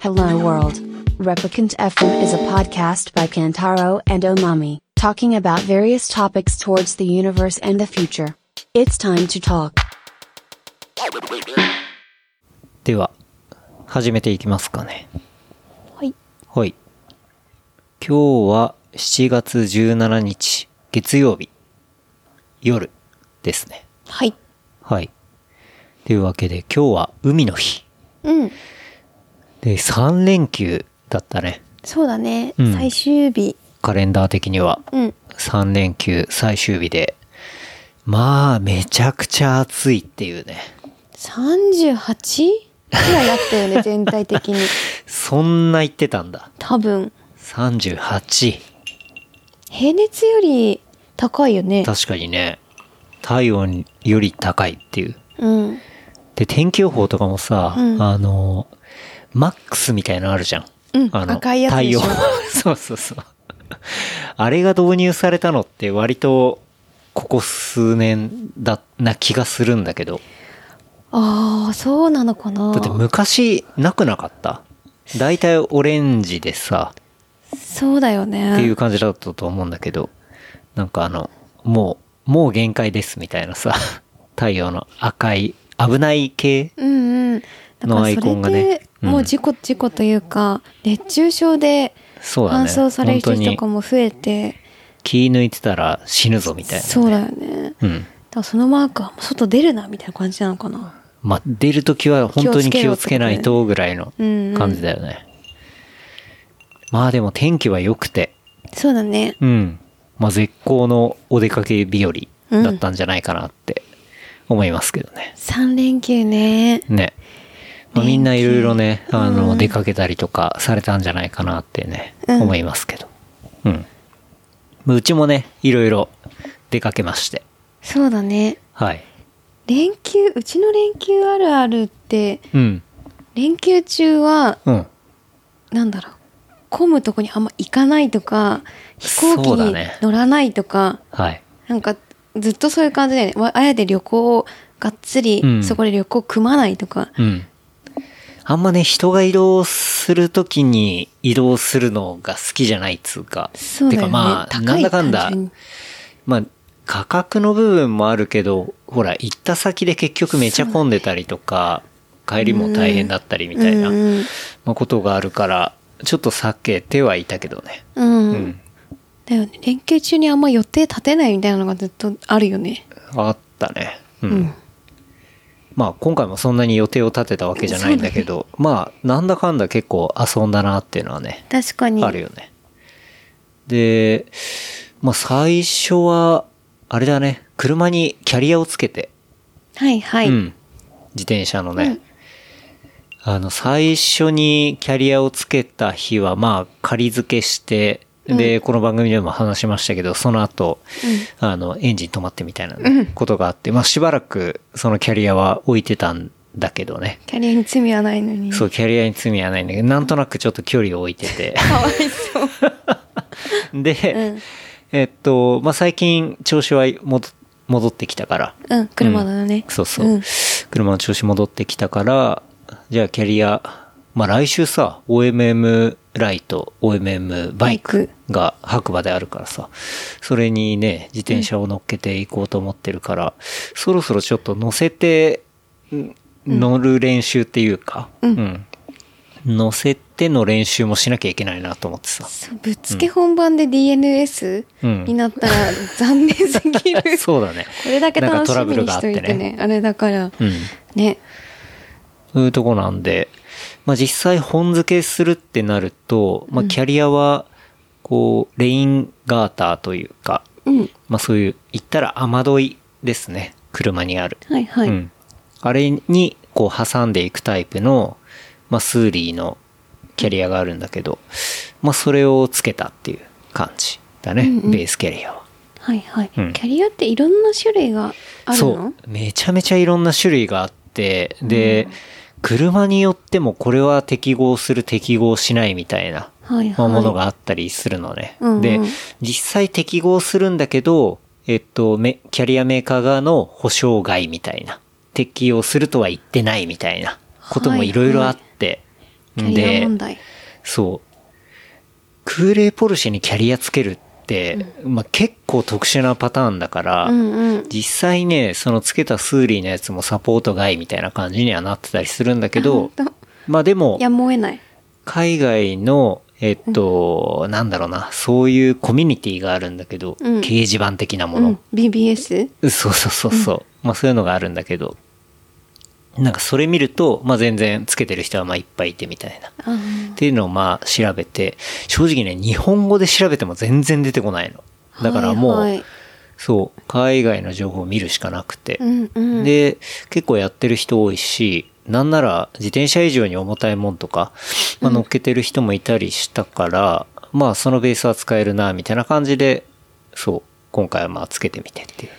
Hello World. Replicant FM is a podcast by Kantaro and Omami, talking about various topics towards the universe and the future. It's time to talk. では始めていきますかねはいはい今日は7月17日月曜日夜ですねはい。はいというわけで今日は海の日うん。で3連休だったねそうだね。うん最終日。カレンダー的にはうん。 3連休最終日でまあめちゃくちゃ暑いっていうね 38? くらいだった よね、全体的に。そんな言ってたんだ多分。 38平熱より高いよね。確かにね体温より高いっていううん。で天気予報とかもさ、うんあのマックスみたいなのあるじゃん、うんあの赤いやつでしょ太陽 そうそうそうあれが導入されたのって割とここ数年だな気がするんだけどああ、そうなのかなだって昔なくなかった大体オレンジでさそうだよね。っていう感じだったと思うんだけど、なんかあの、もう、もう限界ですみたいなさ、 太陽の赤い、危ない系うんうん。だのかアらイそコれンがねで、うんもう事故事故というか、熱中症でそうだね。搬送される人本当にとかも増えて、気抜いてたら死ぬぞみたいな。そうだよね。うん。だからそのマークは、外出るな、みたいな感じなのかな。まあ、出るときは本当に気気ををつつけけろなっていとぐらいのうんうん感じだよね。まあでも天気は良くて、そうだね。うん。まあ絶好のお出かけ日和だったんじゃないかなって思いますけどね。 3連休ね。ね。まあ、みんないろいろね、気あうの、ん出かけたりとかされたんじゃないかなってね、うん思いますけど。うん。まあうちもね、いろいろ出かけまして。そうだね。はい。連休、うちの連休あるあるって、うん。連休中は、うん。なんだろう、混むとこにあんま行かないとか、飛行そう機だにね乗らないとか、はい。なんかずっとそういう感じだよね。わあやで旅行をがっつり、うんそこで旅行組まないとか。うん。あんまね、人が移動するときに移動するのが好きじゃないっつうか。そうだよね。てかまあ、高いなんだかんだ単純に、まあ、価格の部分もあるけど、ほら、行った先で結局めちゃ混んでたりとか、帰りも大変だったりみたいな、うんうんまあ、ことがあるから、ちょっと避けてはいたけどね。うん。うん。だよね。連休中にあんま予定立てないみたいなのがずっとあるよね。あったね。うん。うんまあ、今回もそんなに予定を立てたわけじゃないんだけど、まあ、なんだかんだ結構遊んだなっていうのはね、確かに。あるよね。で、まあ、最初は、あれだね、車にキャリアをつけて、はいはい。うん。自転車のね。あの、最初にキャリアをつけた日は、まあ、仮付けして、で、この番組でも話しましたけど、その後、あの、エンジン止まってみたいなね、ことがあって、まあ、しばらく、そのキャリアは置いてたんだけどね。キャリアに罪はないのに。そう、キャリアに罪はないんだけど、なんとなくちょっと距離を置いてて。 かわいそ う。で、うんえっと、まあ、最近、調子は戻戻ってきたから、うん、車だね。そうそう。うん車の調子戻ってきたから、じゃあキャリア、まあ来週さ、OMM ライト、OMM バイクが白馬であるからさ、それにね、自転車を乗っけていこうと思ってるから、そろそろちょっと乗せて、ん乗る練習っていうか、うん。乗せての練習もしなきゃいけないなと思ってさ。そうぶっつけ本番で DNS うん。になったら残念すぎ るそうだね。これだけ楽なんかしみにしといてトラブルがあってね。あれだから。うん。ね。そういうとこなんで、まあ、実際本付けするってなると、まあ、キャリアは、こう、レインガーターというか、うん。まあ、そういう、言ったら雨どいですね。車にある。はいはい。うん。あれに、こう、挟んでいくタイプの、まあ、スーリーのキャリアがあるんだけど、まあ、それをつけたっていう感じだね。うんうんベースキャリアは。はいはい、うんキャリアっていろんな種類があるそうの。めちゃめちゃいろんな種類があって、で、車によってもこれは適合する適合しないみたいなはいはまあい。ものがあったりするのね。うんうんで、実際適合するんだけど、えっと、めキャリアメーカー側の保証外みたいな、適用するとは言ってないみたいなこともいろいろあって、キャリア問題。そう。空冷ポルシェにキャリアつけるって、まあ、結構特殊なパターンだから、うんうん。実際ね、そのつけたスーリーのやつもサポート外みたいな感じにはなってたりするんだけど、あほんとまあでも、やむを得ない。海外の、えっと、なんだろうな、そういうコミュニティがあるんだけど、うん掲示板的なもうの、ん。BBS? そうそうそうそう、まあそういうのがあるんだけど、なんかそれ見ると、まあ全然つけてる人はまあいっぱいいてみたいな。あーっていうのをまあ調べて、正直ね、日本語で調べても全然出てこないの。だからもう、はいはいそう、海外の情報を見るしかなくて。うんうん。で、結構やってる人多いし、なんなら自転車以上に重たいもんとか、まあ、乗っけてる人もいたりしたから、まあそのベースは使えるな、みたいな感じで、そう、今回はまあつけてみてっていう。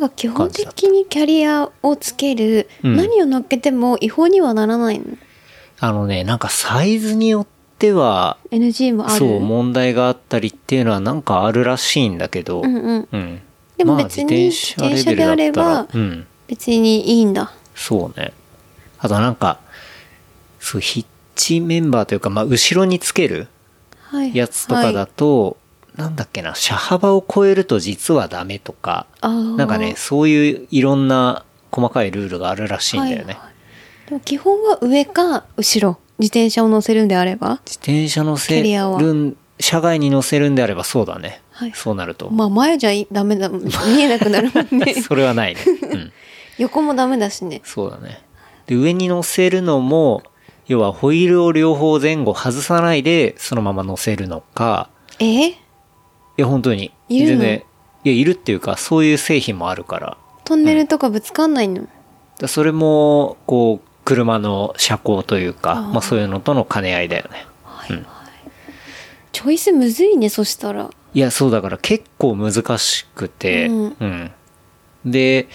なんか基本的にキャリアをつける、うん何を乗っけても違法にはならないのあのね、なんかサイズによっては、 NG もあるそう、問題があったりっていうのはなんかあるらしいんだけど、うんうんうんでもまあ別に自転車レベルだったら自転車であればうん、別にいいんだそうね。あとなんか、そう、ヒッチメンバーというか、まあ、後ろにつけるはいやつとかだはいと、なんだっけな、車幅を超えると実はダメとか、あーなんかね、そういういろんな細かいルールがあるらしいんだよね。はいはいでも基本は上か後ろ自転車を乗せるんであれば自転車乗せキャリアはるん、車外に乗せるんであればそうだね。はいそうなると。まあ前じゃいダメだ見えなくなるもんね それはないね。うん。横もダメだしねそうだね。で、上に乗せるのも、要はホイールを両方前後外さないで、そのまま乗せるのか、えーいや、本当に。いる全の然いや、いるっていうか、そういう製品もあるから。トンネルとかぶつかんないの、だそれも、こう、車の車高というか、あーまあそういうのとの兼ね合いだよね。はいはいチョイスむずいねそしたらいや、そうだから結構難しくて、うんうんで、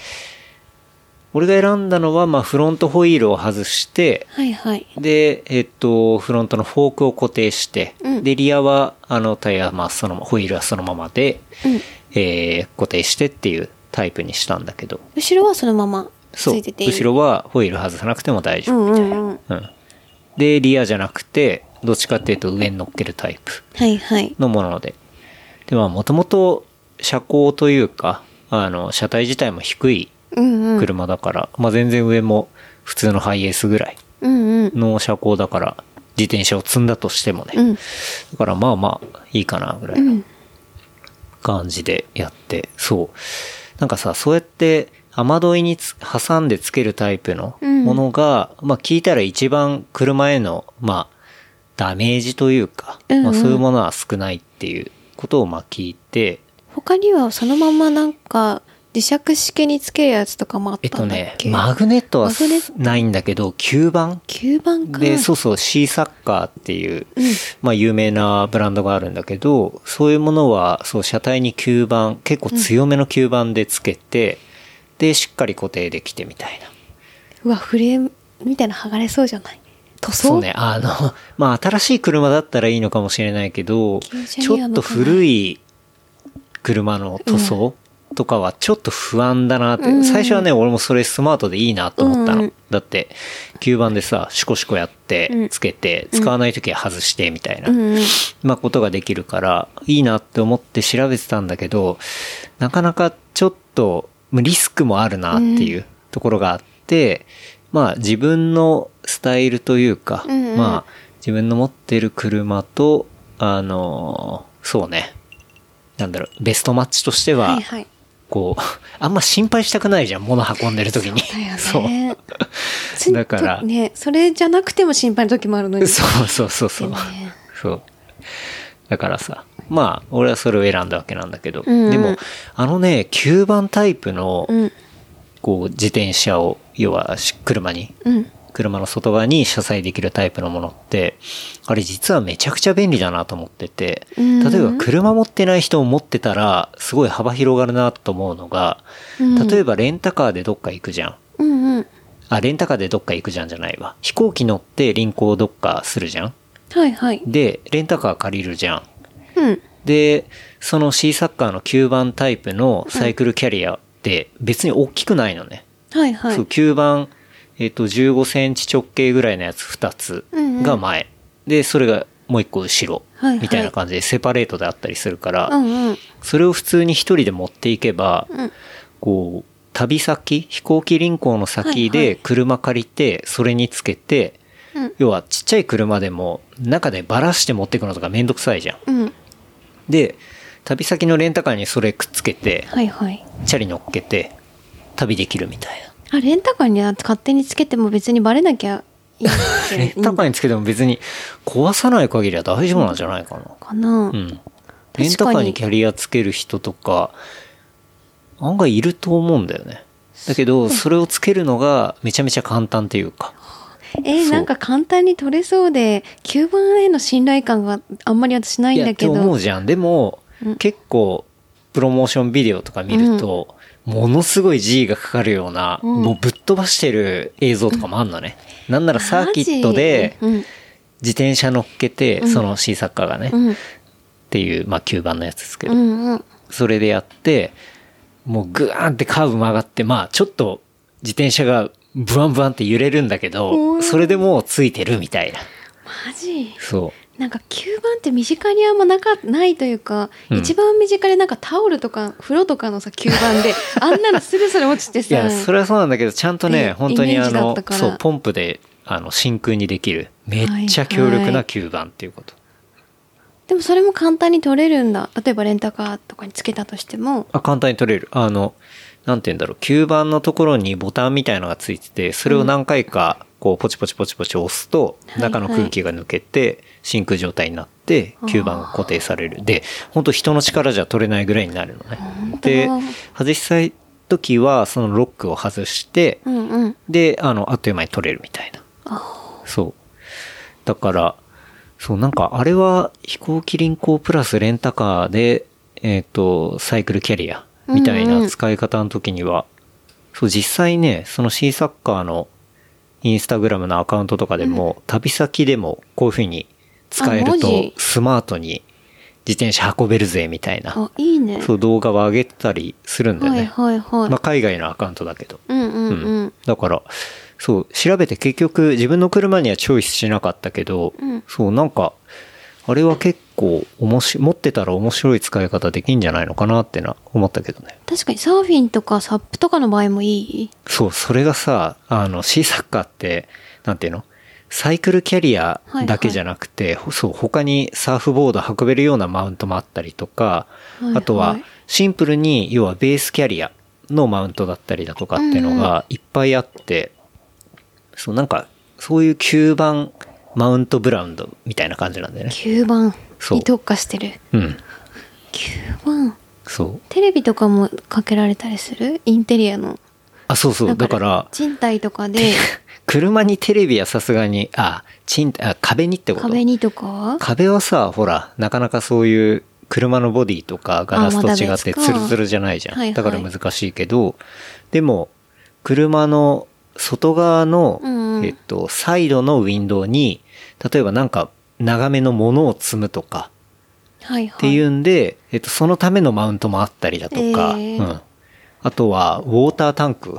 俺が選んだのは、まあフロントホイールを外して、はいはいで、えっと、フロントのフォークを固定して、うんで、リアは、あの、タイヤはまあ、そのまま、ホイールはそのままで、うんえー固定してっていうタイプにしたんだけど、後ろはそのままつそう、いてていい後ろはホイール外さなくても大う丈夫。んうんうんうんで、リアじゃなくて、どっちかっていうと上に乗っけるタイプはいはいのもので。で、まあ、もともと車高というか、あの、車体自体も低いうんうん車だから、まあ、全然上も普通のハイエースぐらいうんうんの車高だから、自転車を積んだとしてもね。うんだからまあまあいいかなぐらいの感じでやって、そう。なんかさ、そうやって雨どいにつ挟んでつけるタイプのうんものが、まあ聞いたら一番車への、まあ、ダメージというか、うんうんまあそういうものは少ないっていうことをまあ聞いて、他にはそのままなんか磁石式につけるやつとかもあっえったとんだっね、け、マグネットはマグネッないんだけど、吸盤吸盤かで、そうそう、シーサッカーっていう、まあ有名なブランドがあるんだけど、そういうものは、そう、車体に吸盤、結構強めの吸盤でつけて、で、しっかり固定できてみたいな。うわフレームみたいな剥がれそうじゃない塗装そうね、あの、 まあ新しい車だったらいいのかもしれないけど、旧車ちにょはっ向かないと古い車の塗装とかはちょっと不安だなって、うん最初はね、俺もそれスマートでいいなと思ったの。うんだって、吸盤でさ、シコシコやっうてん、つけて、使わない時は外してみたいな。うんうんまあ、ことができるから、いいなって思って調べてたんだけど、なかなかちょっと、まあリスクもあるなっていうところがあって、まあ、自分のスタイルというか、うんうんまあ、自分の持ってる車と、あのーそうね、なんだろう、ベストマッチとしては、はいはいこう、あんま心配したくないじゃん、物運んでる時に。だよねそう。つだからとねそれじゃなくても心配な時もあるの にそうそうそうそうでもね。そう。だからさ、まあ、俺はそれを選んだわけなんだけど、うんうんでも、あのね、吸盤タイプの、うんこう、自転車を、要はし、車に、うん車の外側に車載できるタイプのものって、あれ実はめちゃくちゃ便利だなと思ってて、うん例えば車持ってない人を持ってたら、すごい幅広がるなと思うのが、うん例えばレンタカーでどっか行くじゃん。うんうんあ、レンタカーでどっか行くじゃんじゃないわ。飛行機乗って輪行どっかするじゃん。はいはいで、レンタカー借りるじゃん。うんで、その C サッカーの吸盤タイプのサイクルキャリアって別に大きくないのね。はいはいそう、吸盤、えっ、と、15センチ直径ぐらいのやつ2つうんうんが前。で、それがもう一個後ろはいはい。みたいな感じでセパレートであったりするから、うんうん。それを普通に一人で持っていけば、うんこう、旅先、飛行機輪行の先はいはでい車借りて、それにつけて、うん要はちっちゃい車でも中でバラして持っていくのとかめんどくさいじゃん。うん。で、旅先のレンタカーにそれくっつけて、はいはい。チャリ乗っけて、旅できるみたいな。あ、レンタカーに勝手につけても別にバレなきゃいいってレンタカーにつけても別に壊さない限りは大丈夫なんじゃないかな。かうな、ん。かにレンタカーにキャリアつける人とか、案外いると思うんだよね。だけど、それをつけるのがめちゃめちゃ簡単っていうか。えそうー、なんか簡単に取れそうで、吸盤への信頼感があんまり私ないんだけいや、って思どう。じゃん。でも、結構、プロモーションビデオとか見ると、ものすごい G がかかるような、うんもうぶっ飛ばしてる映像とかもあんのね。なんならサーキットでマジうん自転車乗っけて、その C サッカーがね、っうんていう、まあ吸盤のやつですけどう、んうんそれでやって、もうグワーンってカーブ曲がって、まあちょっと自転車がブワンブワンって揺れるんだけうど、んそれでもうついてるみたいな。マジそなんか吸盤って身近にあんまなかないというか、うん一番身近でなんかタオルとか風呂とかのさ吸 盤であんなのするする落ちてう。いさや、それはそうなんだけど、ちゃんとえね、本当にあイメージだっのた、からそう、ポンプで、あの、真空にできる。めっちゃ強力な吸盤っていうこと。でもそれも簡単に取れるんだ例えばレンタカーとかにつけたとしてもあ、簡単に取れる。あの、なんて言うんだろう、吸盤のところにボタンみたいのがついてて、それを何回か、こう、ポチポチポチポチ押すと、はい中の空気が抜けて、真空状態になって、吸盤が固定される。で、本当人の力じゃ取れないぐらいになるのね。当で、外したい時は、そのロックを外して、うんうんで、あの、あっという間に取れるみたいな。そう。だから、そう、なんか、あれは飛行機輪行プラスレンタカーで、えっ、と、サイクルキャリアみたいうんうなん使い方の時には、そう、実際ね、その C サッカーのインスタグラムのアカウントとかでも、旅先でもこういう風に使えある文と字、スマートに自転車運べるぜ、みたいな、あいいねそう、動画を上げてたりするんだよはいね。はいはい、まあ、海外のアカウントだけど。うんうんうん、うんだから、そう、調べて結局自分の車にはチョイスしなかったけど、うんそう、なんか、あれは結構面白い、持ってたら面白い使い方できんじゃないのかなってな、思ったけどね。確かにサーフィンとかサップとかの場合もいいそう、それがさ、あの、シーサッカーって、なんていうのサイクルキャリアだけじゃなくて、そう、他にサーフボード運べるようなマウントもあったりとか、いはいあとは、シンプルに、要はベースキャリアのマウントだったりだとかっていうのがいっぱいあって、そう、なんか、そういう吸盤マウントブランドみたいな感じなんだよね。吸盤そうに特化してるうん。吸盤そう。テレビとかもかけられたりするインテリアのあ、そうそう。だから、賃貸と かで車にテレビはさすがに、あ、ちん、あ、壁にってこと壁にとかは壁はさ、ほら、なかなかそういう車のボディとかガラスとあまだ違って別かツルツルじゃないじゃん。はいはいだから難しいけど、でも、車の外側の、うんうんえっと、サイドのウィンドウに、例えばなんか長めのものを積むとかはいはいっていうんで、えっと、そのためのマウントもあったりだとか、えーうん。あとは、ウォータータンク。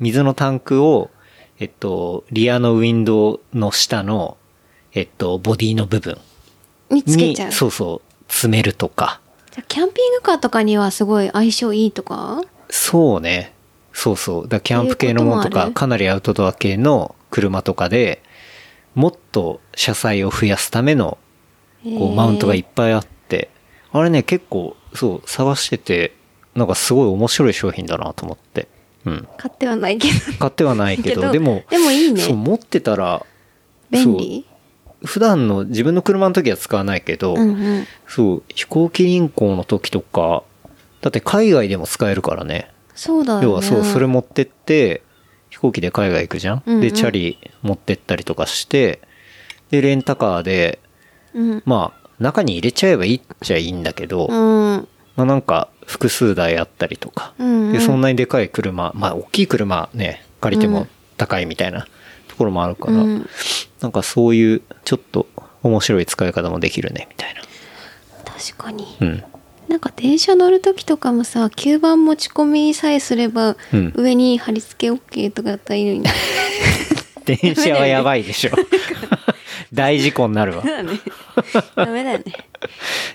水のタンクを、えっと、リアのウィンドウの下の、えっと、ボディの部分。につけにちゃうそうそう詰めるとかじゃあキャンピングカーとかにはすごい相性いいとかそうねそうそうだキャンプ系のものとそういうこともあかるかなりアウトドア系の車とかでもっと車載を増やすためのこうマウントがいっぱいあってあれね結構そう探しててなんかすごい面白い商品だなと思ってうん買ってはないけど 買ってはないけどでもでもいいそうね持ってたら便利普段の自分の車の時は使わないけど、うんうんそう飛行機輪行の時とかだって海外でも使えるからねそうだよね要はそう、それ持ってって、飛行機で海外行くじゃん、うんうんで、チャリ持ってったりとかして、で、レンタカーで、うんまあ、中に入れちゃえばいいっちゃいいんだけど、うんまあなんか、複数台あったりとか、うんうんで、そんなにでかい車、まあ、大きい車ね、借りてうもん高いみたいなところもあるから、うんなんかそういう、ちょっと面白い使い方もできるね、みたいな。確かにうん。なんか電車乗る時とかもさ吸盤持ち込みさえすればうん 上に貼り付け OK とかだったらいいのに、電車はやばいでしょ。大事故になるわ。だね。ダメだよね。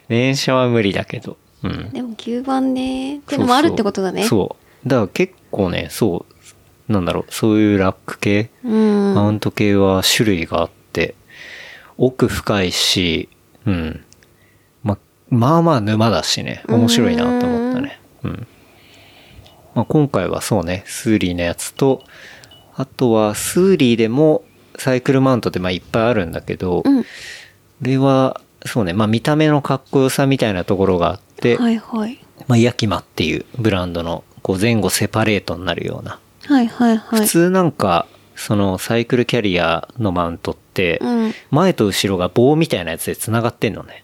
電車は無理だけど。うん。でも吸盤ね。っていうのもあるってことだね。そうそう。だから結構ね、そう、なんだろう、そういうラック系、う。うん。マウント系は種類があって、奥深いし、うん。ま、まあまあ沼だしね、面白いなと思ったね。うん。まあ、今回はそうね、スーリーのやつと、あとはスーリーでもサイクルマウントってまあいっぱいあるんだけど、うん。これは、そうね、まあ見た目のかっこよさみたいなところがあって、はいはい。まあヤキマっていうブランドのこう前後セパレートになるような。はいはいはい。普通なんか、そのサイクルキャリアのマウントって、うん。前と後ろが棒みたいなやつで繋がってんのね。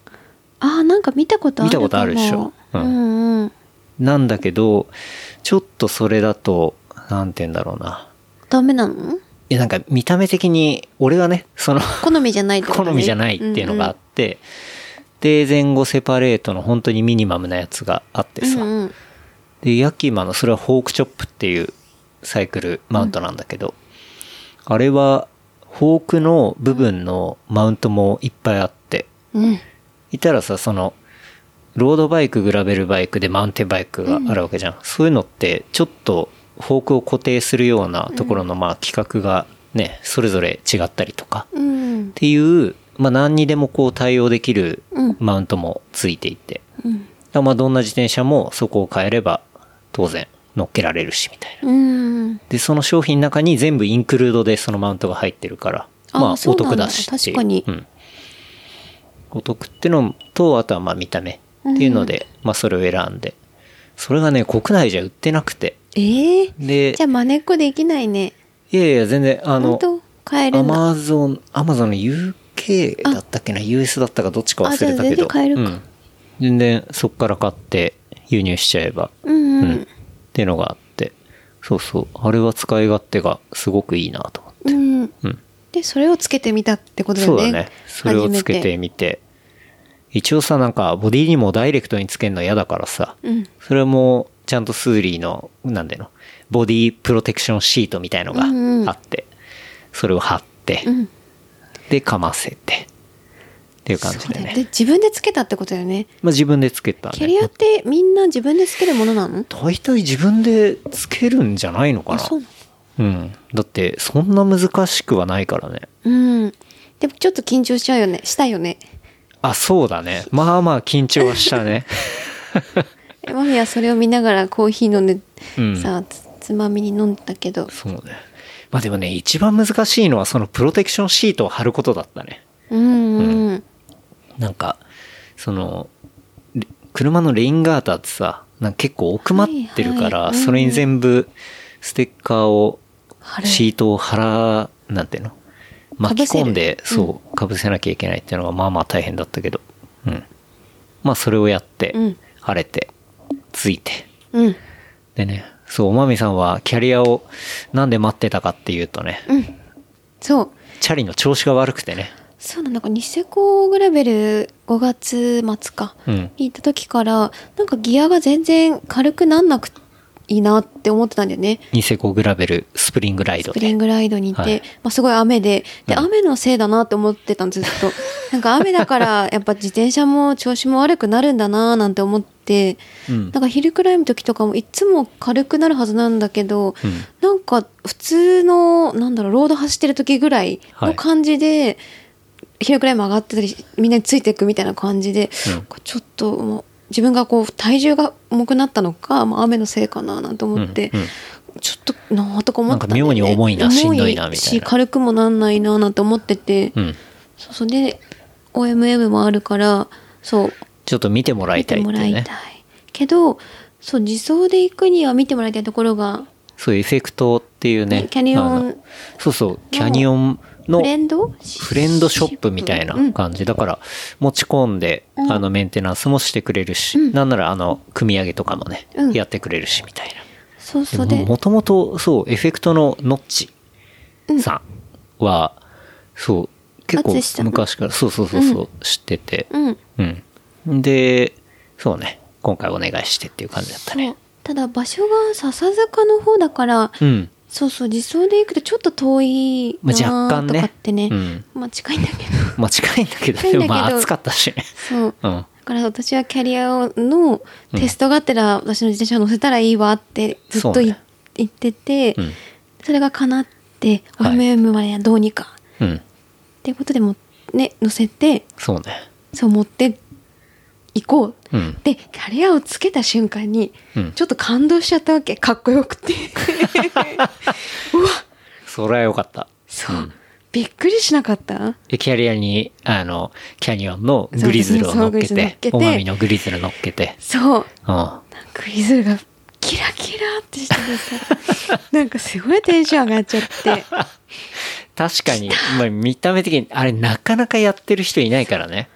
ああ、なんか見たことあるかも見たことあるでしょううんんうん。なんだけど、ちょっとそれだと、なんて言うんだろうな。ダメなのえ、なんか見た目的に、俺がね、 その、好みじゃないってこと好ねみじゃないっていうのがあって、で、前後セパレートの本当にミニマムなやつがあってうんうんさ、うんうんで、ヤキマの、それはフォークチョップっていうサイクルマウントなんだけど、あれは、フォークの部分のマウントもいっぱいあって、うん。いたらさ、その、ロードバイク、グラベルバイクでマウンテンバイクがあるわけじゃん。そういうのって、ちょっとフォークを固定するようなところの、まあ、規格がね、それぞれ違ったりとか、っうん。ていう、まあ、何にでもこう対応できるうんマウントもついていて、うん。だからまあどんな自転車もそこを変えれば当然乗っけられるしみたいな。うん。で、その商品の中に全部インクルードでそのマウントが入ってるから、あまあそうおなんだ得だしっていう。確かにうん。お得ってのと、あとはまあ見た目っていうので、まあそれを選んで。それがね、国内じゃ売ってなくて。ええでじゃ、あ真似っこできないね。いやいや全然、あ本の、当変えれアんだ。マゾン、アマゾンの UK だったっけな、US だったかどっちか忘れたけど。あじゃあ全然買えるかうん全然そっから買って輸入しちゃえばうんううん、っん。ていうのがあってそうそうあれは使い勝手がすごくいいなと思って、うん。うん、で、それをつけてみたってことだそようね。だねそれをつけてみて一応さなんかボディにもダイレクトにつけるの嫌だからさ初めて。それもちゃんとスーリーのなんでのボディプロテクションシートみたいのがうんうんあって、それを貼って、うん。うん。でかませてっていう感じそうでだねよ。で、自分でつけたってことだよね。まあ自分でつけたねキャリアってみんな自分でつけるものなの大体自分でつけるんじゃないのかあ、なそうなのうん。だって、そんな難しくはないからね。うん。でもちょっと緊張しちゃうよね。したよね。あ、そうだね。まあまあ緊張はしたね。えマミはそれを見ながらコーヒー飲んで、うんさあつ、つまみに飲んだけど。 そうね。まあでもね、一番難しいのはそのプロテクションシートを貼ることだったね。うんうん。なんか、その、レ車のレインガーターってさ、なんか結構奥まってるから、はいはいそれに全部ステッカーを、あれシートを貼ら、なんていうの巻き込んで、被せるうんそう、被せなきゃいけないっていうのがまあまあ大変だったけど。うん。まあそれをやって、うん晴れて、ついて。うん。でね、そう、おまみさんはキャリアをなんで待ってたかっていうとね、そう。チャリの調子が悪くてね。そうなのなんかニセコグラベル5月末か、うんに行った時からなんかギアが全然軽くなんなくいいなって思ってたんだよねニセコグラベルスプリングライドスプリンで。グライドに行って、はいまあ、すごい雨でで、うん雨のせいだなって思ってたのずっとなんか雨 だからやっぱ自転車も調子も悪くなるんだななんて思って、うんなんかヒルクライム時とかもいつも軽くなるはずなんだけど、うんなんか普通のなんだろうロード走ってる時ぐらいの感じで、ヒルクライム上がってたりみんなについていくみたいな感じで、うんこうちょっともう自分がこう体重が重くなったのか、まあ、雨のせいかななんて思って、うんうんちょっとなあとか思ってただよねなんか妙に重いなしんどいなみたいな重し軽くもなんないななんて思ってて、うん。そうそうで OMM もあるからそうちょっと見てもらい見たていってもらいいうたいね。けどそう自走で行くには見てもらいたいところがそう、エフェクトっていうね。キャニオンあのそうそう、キャニオンのフレンドフフレンドショップみたいうんな感じ。だから、持ち込んで、うんあの、メンテナンスもしてくれるし、うんなんなら、あの、組み上げとかもね、うんやってくれるし、みたいそうそな。うでもでもともと、そう、エフェクトのノッチさんは、そう、結松下構の昔から、そうそうそうそう、知ってて、うんうん。で、そうね、今回お願いしてっていう感じだったそねう。ただ場所が笹坂の方だからうん。そうそう実装で行くとちょっと遠いまなあ、若ー干とねかってね,、うん、まあ近いんだけどまあ近いんだけど近いんだけどまあ暑かったしねそううんだから私はキャリアのテストがてら私の自転車乗せたらいいわってずっとそうい、ね言ってて、うんそれが叶ってはい OMM までどうにか、うんっていうことでもね乗せてそうねそう持っていこう、うんでキャリアをつけた瞬間に、うんちょっと感動しちゃったわけかっこよ くてうわそれは良かったそう、うんびっくりしなかったでキャリアにあのキャニオンのグリズルを乗っけそうそうグリズル乗ってけておまみのグリズル乗っけてそううんなんかイズルがキラキラってしてて さなんかすごいテンション上がっちゃって確かに、まあ、見た目的にあれなかなかやってる人いないからね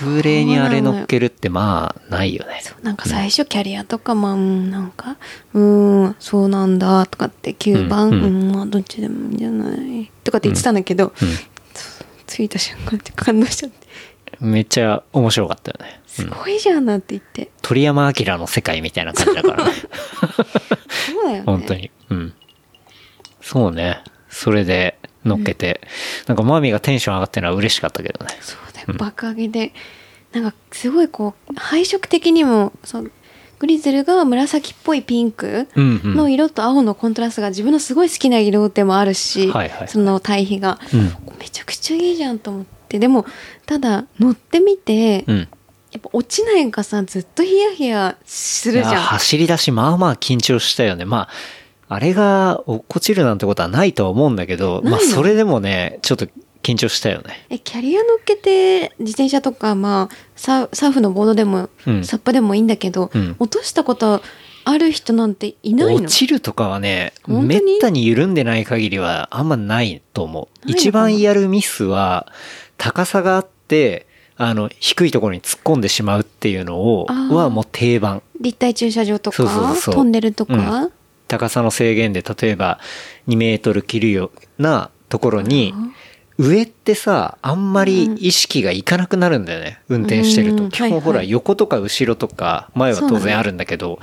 空冷にあれ乗っけるってまあないよねそうなんか最初キャリアとかまあうんなんかうーんそうなんだとかって9番ううんん、うんまあどっちでもいいんじゃないとかって言ってたんだけど、そう着いた瞬間って感動しちゃってめっちゃ面白かったよね、うすんごいじゃんなって言って、鳥山明の世界みたいな感じだ からねそうだよね本当にうんそうねそれで乗っけて、なんかマミがテンション上がってるのは嬉しかったけどねそうだよ爆上げで、なんかすごいこう配色的にもそうグリズルが紫っぽいピンクうんうんの色と青のコントラストが自分のすごい好きな色でもあるし、はいはいその対比が、うんめちゃくちゃいいじゃんと思ってでもただ乗ってみて、うやんっぱ落ちないかさずっとヒヤヒヤするじいやゃん走り出し、まあまあ緊張したよね。まあ、あれが落っこちるなんてことはないとは思うんだけど、ないまのあそれでもね、ちょっと緊張したよね。えキャリア乗っけて自転車とか、まあ、サーサーフのボードでも、うんサップでもいいんだけど、うん落としたことある人なんていない落のちるとかはね、本当めっにたに緩んでない限りはあんまないと思う。ないのかな一番やるミスは、高さがあって、あの、低いところに突っ込んでしまうっていうのを、あーはもう定番。立体駐車場とかそうそうそうトンネルとか、うん高さの制限で、例えば2メートル切るようなところに、上ってさ、あんまり意識がいかなくなるんだよね。運転してるうと。ん基本ほら、はいはい横とか後ろとか、前は当そうだね然あるんだけど、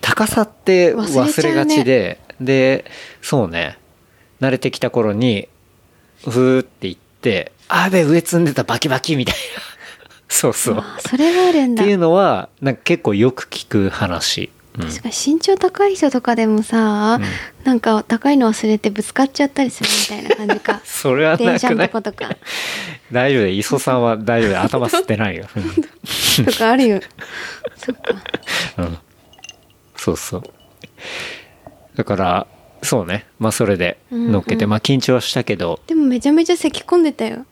高さって忘れがちで、で、そうね、慣れてきた頃に、ふーって行って、あべ、上積んでたバキバキみたいな。 そうそう。っあそれがあるんだていうのは、なんか結構よく聞く話。うん確かに身長高い人とかでもさ、うんなんか高いの忘れてぶつかっちゃったりするみたいな感じかそれはな電車くなのいと。ことか大丈夫だよ磯さんは大丈夫だよ頭吸ってないよ。うんとかあるよそっかうん。そうそう。だから、そうね。まあそれでうんうん乗っけて、まあ緊張はしたけど、でもめちゃめちゃ咳き込んでたよ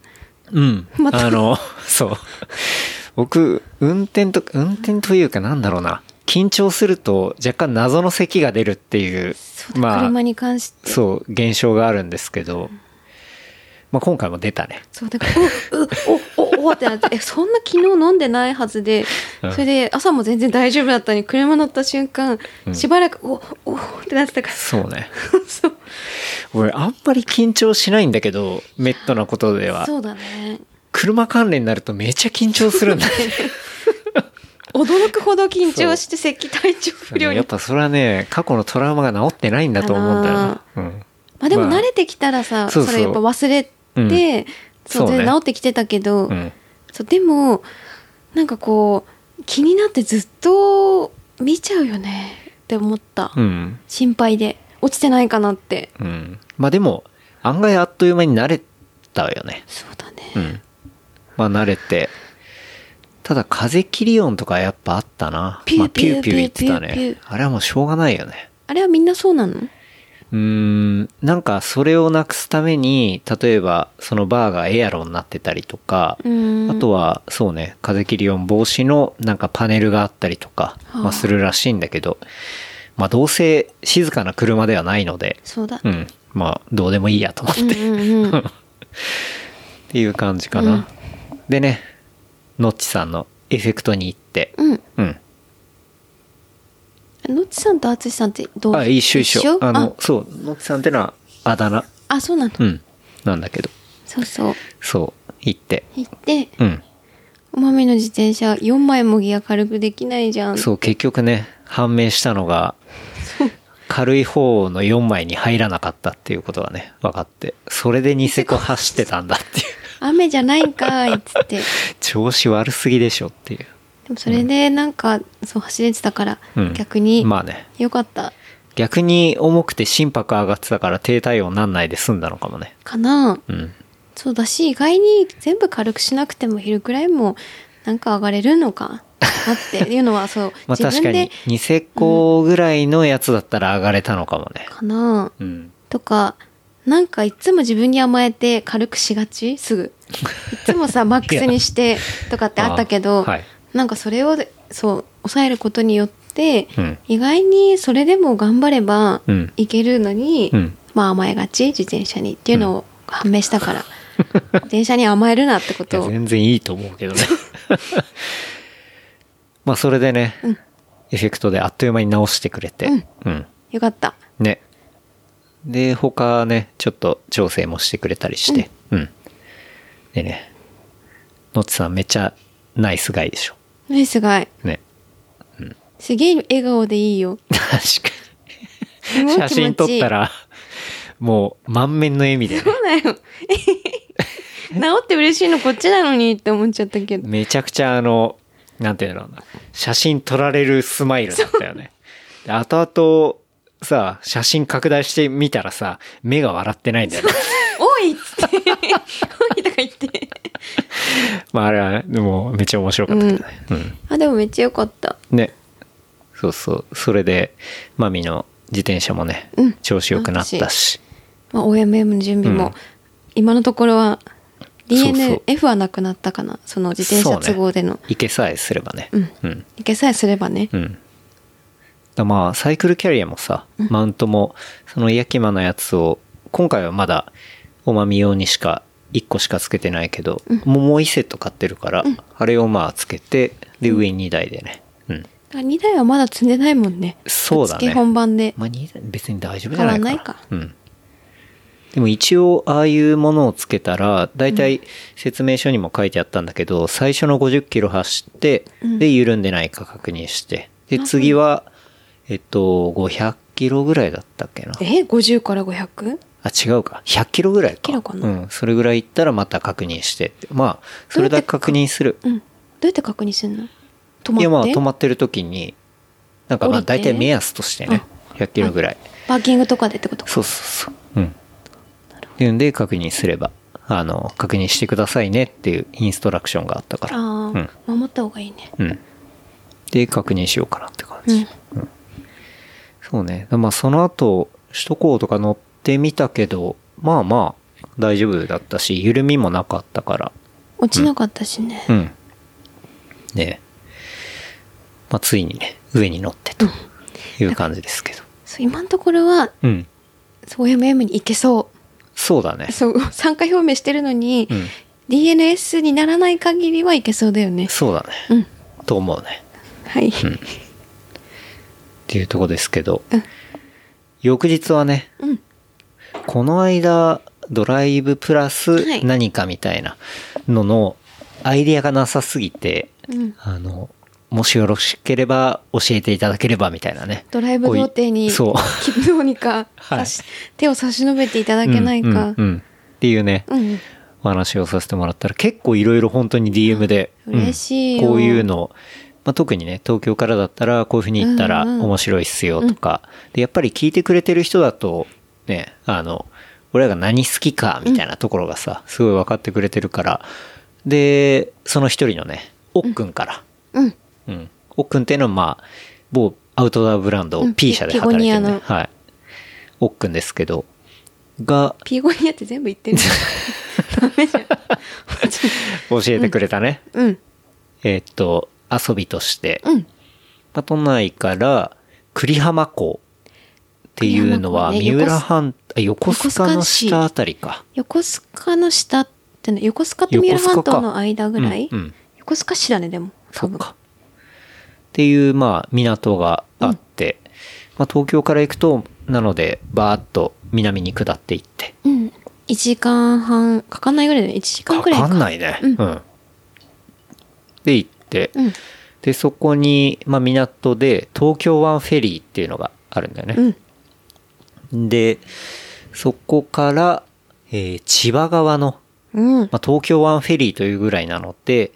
うん。またあの、そう。僕、運転と、運転というかなんだろうな。緊張すると若干謎の咳が出るっていう、そうだまあ車、に関してそうそう、現象があるんですけど、まあ今回も出たね。だからおうおおおってなってえそんな昨日飲んでないはずでうんそれで朝も全然大丈夫だったのに車乗った瞬間んしばらくおおってなってたからそうね。 そう俺、あんまり緊張しないんだけど、メットなことでは。そうだね車関連になるとめちゃ緊張するんだよね。驚くほど緊張して咳体調不良にやっぱそれはね過去のトラウマが治ってないんだと思うんだよな、うん、まあでもまあ慣れてきたらさ、そうそそうれやっぱ忘れて、うんそそううね全然治ってきてたけど、うんそうでもなんかこう気になってずっと見ちゃうよねって思った、うん心配で落ちてないかなってうんまあでも案外あっという間に慣れたよねそうだね、うんまあ慣れてただ風切り音とかやっぱあったなピューまあピューピュー言ってたピューピューねピュあれはもうしょうがないよねあれはみんなそうなのうーんなんかそれをなくすために例えばそのバーがエアロになってたりとか、うんあとは、そうね、風切り音防止のなんかパネルがあったりとか、はあまあするらしいんだけど、まあどうせ静かな車ではないので、そうだ、うん、まあどうでもいいやと思って、っうんうんうん、ていう感じかな。うんでね、ノッチさんのエフェクトに行って、うんうん。のっちさんとあつしさんってどうあ、一緒一緒。あの、そう、ノッチさんってのはあだ名、ああそうなの、うん、なんだけど、そうそうそう、行って、行ってうん。おまみの自転車4枚もギア軽くできないじゃん そう、結局ね、判明したのが、軽い方の4枚に入らなかったっていうことがね、分かって、それでニセコ走ってたんだっていう。雨じゃないんかいっつって。 調子悪すぎでしょっていう。でもそれでなんか、そう走れてたから、うん逆に、まあね。よかった逆に重くて心拍上がってたから低体温なんないで済んだのかもね。かな。うん。そうだし、意外に全部軽くしなくても昼くらいも、なんか上がれるのか 、なっていうのは、そうまあ自確か分でに、ニセコぐらいのやつだったら上がれたのかもね。かな。うん。とか、なんかいつも自分に甘えて軽くしがちすぐ。いつ もさ、マックスにしてとかってあったけど、あはいなんかそれを、そう、抑えることによって、うん意外にそれでも頑張ればうんいけるのに、うんまあ甘えがち自転車にっていうのを判明したから、自転車に甘えるなってこいやとを。全然いいと思うけ どね。まあそれでね、うんエフェクトであっという間に直してくれて。うんうんよかった。ね。で、他ね、ちょっと調整もしてくれたりして。うん。でね、のっちさんめっちゃナイスガイでしょ。ナイスガイ。 ね。すげえ笑顔でいいよ。確すかごに。い気持ちいい 写真撮ったら、もう満面の笑みでね、そうだよ。治って嬉しいのこっちなのにって思っちゃった けど。めちゃくちゃあの、なんていうんだろうな。写真撮られるスマイルだったよね。で後々、さ、写真拡大してみたらさ、目が笑ってないんだよね。おいっつって、おいとか言って。まああれは、でもめっちゃ面白かったけどね。うんあ、でもめっちゃ良かった。ね。そうそう。それで、マミの自転車もね、うん調子良くなったし。まあ、OMM の準備も、うん今のところは、そうそう DNF はなくなったかな。その自転車都合での。行けさえすればね。うんうん。いけさえすればね。うん。だまあ、サイクルキャリアもさ、マウントも、そのヤキマのやつを、今回はまだ、おまみ用にしか、1個しかつけてないけど、もうもう1セット買ってるから、あれをまあつけて、で、上2台でね。うん。あ2台はまだ積んでないもんね。そうだねぶっつけ本番で。まあ、2台別に大丈夫じゃないかな。変わんないかうん。でも一応、ああいうものをつけたら、だいたい説明書にも書いてあったんだけど、最初の50キロ走って、で、緩んでないか確認して、で、次は、えっと、500キロぐらいだったっけな。え ?50 から 500? あ、違うか。100キロぐらいか。 100キロかなうん。それぐらい行ったらまた確認してって。まあ、それだけ確認する。うん。どうやって確認するの止まっていや、まあ、止まってる時に、なんかまあ、降りてだいたい目安としてね、100キロぐらい。パーキングとかでってことか。そうそうそう。うん。っていうんで確認すれば、あの、確認してくださいねっていうインストラクションがあったから。あうあん、。守った方がいいね。うん。で、確認しようかなって感じ。うんそうね。まあ、その後、首都高とか乗ってみたけど、まあまあ、大丈夫だったし、緩みもなかったから。落ちなかったしね。うん。ねえまあ、ついにね、上に乗ってという感じですけど。そう今のところは、うん。そう MM に行けそそうだねう。。そう、参加表明してるのに、うん。 DNS にならない限りはいけそうだよね。そうだね。うん。と思うね。はい。っていうとこですけど、うん翌日はね、うんこの間ドライブプラはスい何かみたいなののアイディアがなさすぎて、うんあのもしよろしければ教えていただければみたいなねドライブ童貞こに、ういそうき どうにかはい差し、手を差し伸べていただけないか。うんうんうんっていうね、うん、うんお話をさせてもらったら結構いろいろ本当に DM で、うん嬉しいよこういうの、まあ、特にね東京からだったらこういうふうに言ったらうんうん面白いっすよとか、でやっぱり聞いてくれてる人だとねあの俺らが何好きかみたいなところがさ、すごい分かってくれてるからでその一人のねおっくんから、うん。うん。おっくんっていうのは、まあ、某アウトドアブランドうん P 社でピ働いてる、ピゴニアねのはい。おっくんですけど、がピゴニアって全部言 ってる。ダメじゃん。教えてくれたね。うん。えーっと、遊びとして、うん。まあ都内から栗浜港っていうのは、栗三浜港ね浦半、あ横須賀の下あたりか。横須賀の下ってね、横須賀と三浦半島の間ぐらい、うんうん横須賀市だね、でも。多分。かっていう、まあ、港があって、まあ、東京から行くと、なので、バーっと南に下っていって、うん。1時間半、かかんないぐらいだね。1時間かくらいかか。んないね。うんで、行って、うん。で、そこに、まあ、港で、東京湾フェリーっていうのがあるんだよね。うん。で、そこから、えー千葉側の、うん。まあ、東京湾フェリーというぐらいなので、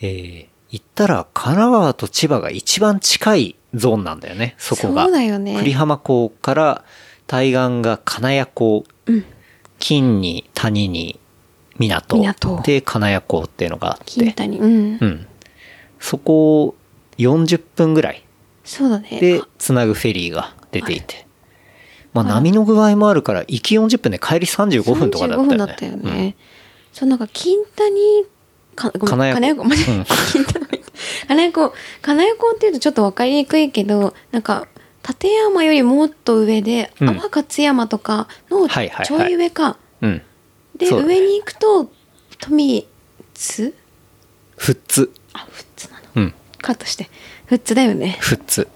えー行ったら神奈川と千葉が一番近いゾーンなんだよね、そこが。そうだよね栗浜港から対岸が金谷港、金に谷に港港で金谷港っていうのがあっ金て、谷。うんう。ん、そこを40分ぐらいそうだね。であつなぐフェリーが出ていて、まあ、波の具合もあるから行き40分で帰り35分とかだったよね。 35分だったよね。そう、なんか、金谷、か、ごめん金谷金谷湖、間違えたうん金谷湖金谷湖、金谷湖っていうとちょっとわかりにくいけど、なんか、立山よりもっと上で、うん阿波勝山とかはのいはいはいちょい上か。うん。うん。で、そうだね上に行くと、富津富津。あ、富津なの。うん。カットして。富津だよね。富津。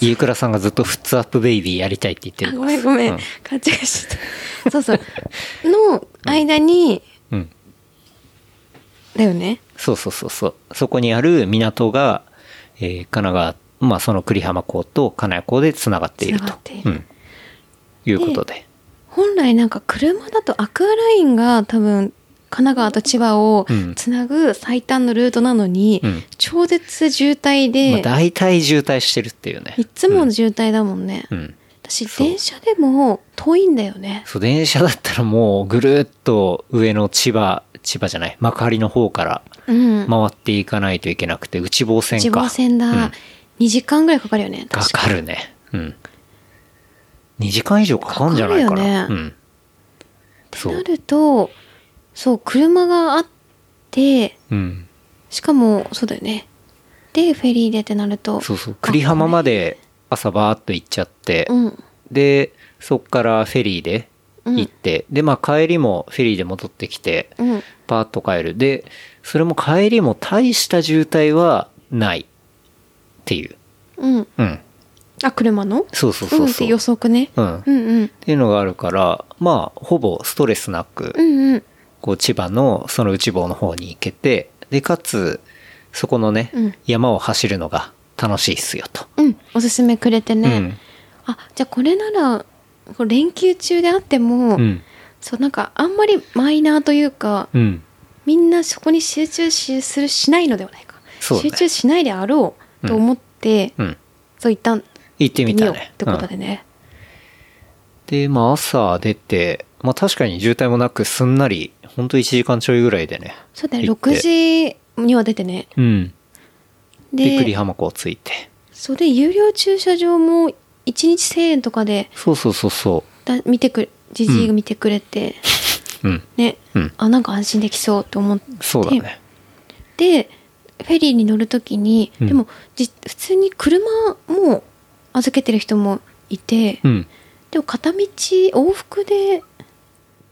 家倉さんがずっと富津アップベイビーやりたいって言ってある。 ごめんごめん、うん勘違いしちゃったそうそうの間に、うん。だよねそうそうそうそう。そこにある港が、えー神奈川、まあその栗浜港と金谷港で繋がっていると。繋がっているうん。いうことで。本来なんか車だとアクアラインが多分神奈川と千葉をうんつなぐ最短のルートなのに、うん超絶渋滞まあで、大体渋滞してるっていうね。いつもの渋滞だもんね、うん。私そう電車でも遠いんだよねそう、電車だったらもうぐるっと上の千葉、千葉じゃない、幕張の方からうん、回っていかないといけなくて、内房線か。地方線だ、うん2時間ぐらいかかるよねか確かかるね。うん。2時間以上かかんじゃないかな。かかるよねうん。そなう。るとそう車があってうん。しかもそうだよねでフェリーでってなるとそうそう。栗浜まで朝バーっと行っちゃって、うんで、そっからフェリーでうん行って、で、まあ帰りもフェリーで戻ってきて、うんパーッと帰る。で、それも帰りも大した渋滞はないっていう。うんうん。あ車のそうそうそうそう。んって予測ね、うん。っうん、うんていうのがあるから、まあ、ほぼストレスなく、うんうんこう千葉のその内房の方に行けて、で、かつ、そこのね、うん山を走るのが楽しいっすよと。うんおすすめくれてね、うんあじゃあこれならこう連休中であっても、うん。そうなんかあんまりマイナーというかうん。みんなそこに集中しするしないのではないか、そうだね集中しないであろうと思って、うん。そう一旦行ってみ見よたうね。ってことうんでね、で、まあ、朝出て、まあ、確かに渋滞もなく、すんなり、ほんと1時間ちょいぐらいでね。そうだね行って6時には出てねうん。で、栗で浜港着いて。それで有料駐車場も1日1000円とかでそうそうそうそだ見てくれじじいが見てくれて、う。うん。ね、うんあなんか安心できそうと思ってそうだね。でフェリーに乗るときに、うんでもじ普通に車も預けてる人もいて、うん。でも片道往復で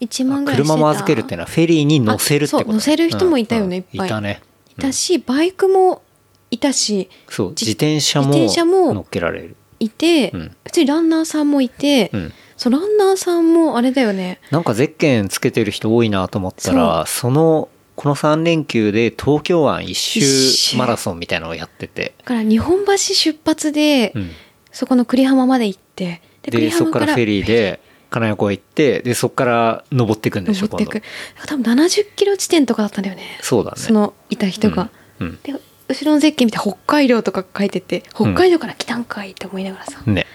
1万ぐらいしてた車も預けるってのは、フェリーに乗せるってこと、あそう乗せる人もいたよねうんいっぱいいたね。いたしバイクもいたしそう。じ自転車も、自転車も乗っけられる。いて、うん普通にランナーさんもいて、うん。そうランナーさんもあれだよねなんかゼッケンつけてる人多いなと思ったら、その、この3連休で東京湾一一周周マラソンみたいなのをやってて、だから日本橋出発で、うん、そこの栗浜まで行ってで、そこからフェリーで金谷港行って、で、そこから登っていくんでしょ、登って今い度く。多分70キロ地点とかだったんだよねそうだね。そのいた人が、うん、で後ろのゼッケン見て北海道とか書いてて北海道から来たんかいって思いながらさ、うん。ね、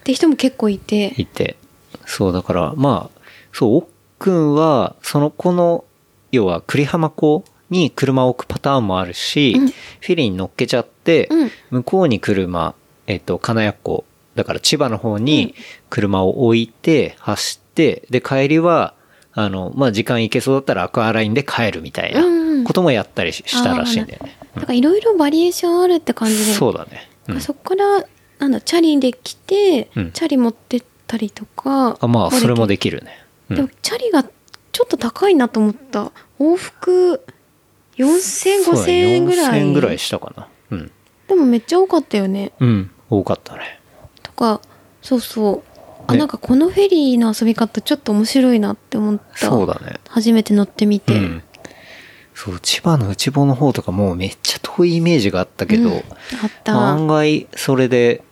って人も結構いて行って。そう、だから、まあ、そう、おっくんは、その子の、要は栗浜港に車を置くパターンもあるし、うんフェリーに乗っけちゃって、うん向こうに車、えっ、と、金谷港、だから千葉の方に車を置いて、走って、で、帰りは、あの、まあ、時間いけそうだったらアクアラインで帰るみたいなうんうんこともやったりししたらしいんだよね。なんかいろいろバリエーションあるって感じでそうだね。うんそこからなんだチャリで来て、うんチャリ持ってったりとかあまあ、それもできるね。うでもん、チャリがちょっと高いなと思った往復40005000円ぐらそうだねい4000円ぐらいしたかな。うん。でもめっちゃ多かったよねうん。多かったね。とかそうそうあ、ねなんかこのフェリーの遊び方ちょっと面白いなって思ったそうだね。初めて乗ってみうて、ん。そう、千葉の内房の方とかもうめっちゃ遠いイメージがあったけど、うんあった、案外それで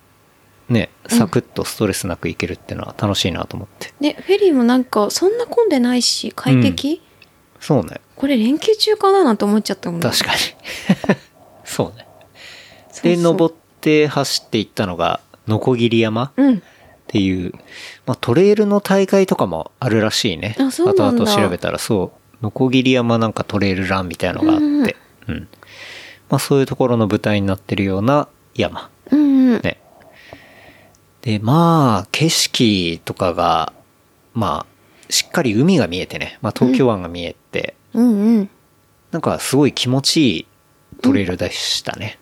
ね、サクッとストレスなく行けるってのは楽しいなと思って。ね、フェリーもなんか、そんな混んでないし、快適、そうね。これ連休中かななんて思っちゃったもん確か に。そうね。そうで、そう登って走って行ったのが、ノコギリ山っうん。ていう、まあトレイルの大会とかもあるらしいね。あそうなんだ後々調べたら、そう。ノコギリ山なんかトレイルランみたいのがあって、うん、まあそういうところの舞台になってるような山。うんうん。ね。で、まあ、景色とかが、まあ、しっかり海が見えてね、まあ東京湾が見えて、うんなんかすごい気持ちいいトレイルでしたね。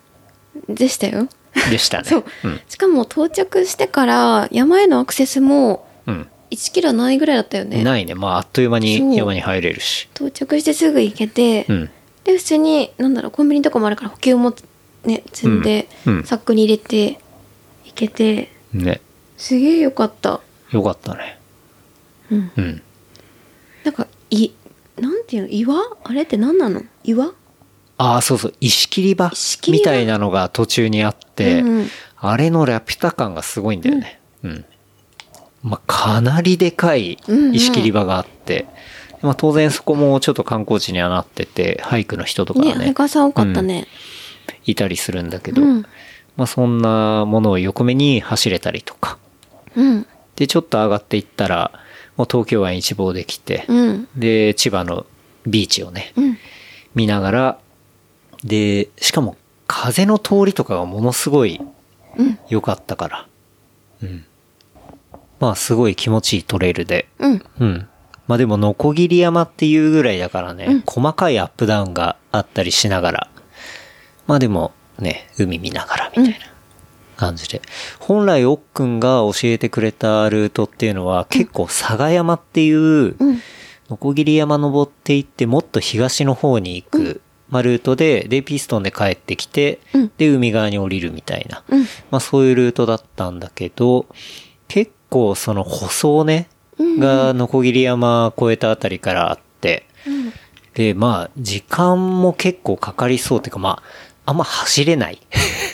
うん。でしたよ。でしたね。 そう。ん。しかも到着してから、山へのアクセスもうん。 1キロないぐらいだったよね。ないね。まあ、あっという間そうに山に入れるし。到着してすぐ行けて、うん。で、普通に、なんだろう、コンビニとかもあるから補給もね、積んで、うんうんサックに入れて、行けて、ね。すげえよかった。よかったね。うん。うん。なんか、い、なんていうの岩あれって何なの岩ああ、そうそう。石切り場石切りみ場たいなのが途中にあって、うんうんあれのラピュタ感がすごいんだよね。うん。まあ、かなりでかいうんうん石切り場があって、まあ、当然そこもちょっと観光地にはなってて、俳句の人とかね、はね、早川さん多かったね。いたりするんだけうど、ん。まあ、そんなものを横目に走れたりとか。うん。で、ちょっと上がっていったら、もう東京湾一望できて、うん。で、千葉のビーチをね、うん。見ながら、で、しかも風の通りとかがものすごいうん良かったから、うん。まあ、すごい気持ちいいトレイルで、うん。うん。まあでも、ノコギリ山っていうぐらいだからね、うん細かいアップダウンがあったりしながら、まあでも、ね、海見ながらみたいな感じで。本来、おっくんが教えてくれたルートっていうのは、結構、佐賀山っていう、うん。ノコギリ山登っていって、もっと東の方に行く、まあルートで、で、ピストンで帰ってきてうん、で、海側に降りるみたいな。うん。まあそういうルートだったんだけど、結構その舗装ね、がノコギリ山越えたあたりからあって、うん。で、まあ時間も結構かかりそうっていうかまあ、あんま走れない。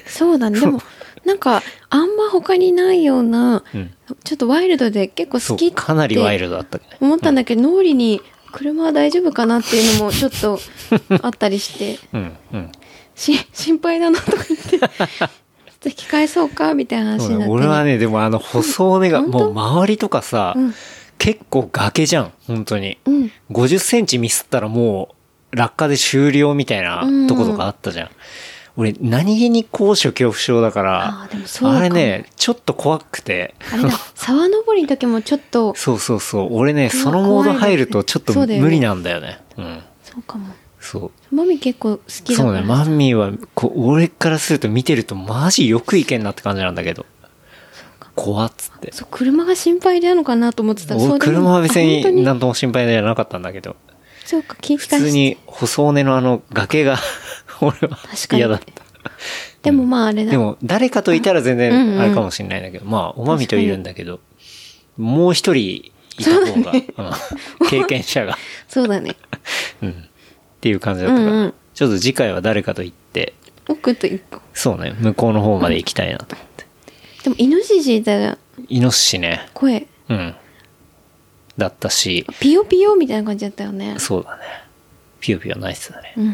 そうだね。でも、なんか、あんま他にないような、うん。ちょっとワイルドで結構そ好きっう、てかなりワイルドだったけどね。思ったんだけど、脳裏に車は大丈夫かなっていうのもちょっ とあったりして、うん、うん。し、心配だなとか 言って、ちょっと引き返そうかみたいなそう話になねって。俺はね、でもあの舗装ねが、本当もう周りとかさ、うん結構崖じゃん、本当に。うん。 50センチミスったらもう落下で終了みたいうんなとことかあったじゃん。俺、何気に高所恐怖症だから、あーでもそうかもあれね、ちょっと怖くて、あれだ、沢登りの時もちょっと、そうそうそう、俺ね、うわそのモード入るとちょっと怖いねそうだよね無理なんだよね。うん。そうかも。そう。マミ結構好きだそかうね、ら。マミーは、こう、俺からすると見てるとマジよくいけんなって感じなんだけど。怖っつって。そう、車が心配なのかなと思ってたら。そ俺うでも車は別あ本当に何とも心配じゃなかったんだけど。そうか、気普付か通しに細根のあの崖が 俺は確かに嫌だったでもまああれだ。でも誰かといたら全うんうん然あれかもしれないんだけど、まあおまみといるんだけどもう一人いた方が、うん経験者 が、そうだね。うん、っていう感じだったから、うんうんちょっと次回は誰かと行って奥と一個。そうね向こうの方まで行きたいなと思って、でも、イノシシいたら、イノシシね声、うんだったしピヨピヨみたいな感じだったよね。そうだねピヨピヨナイスだねうん。わ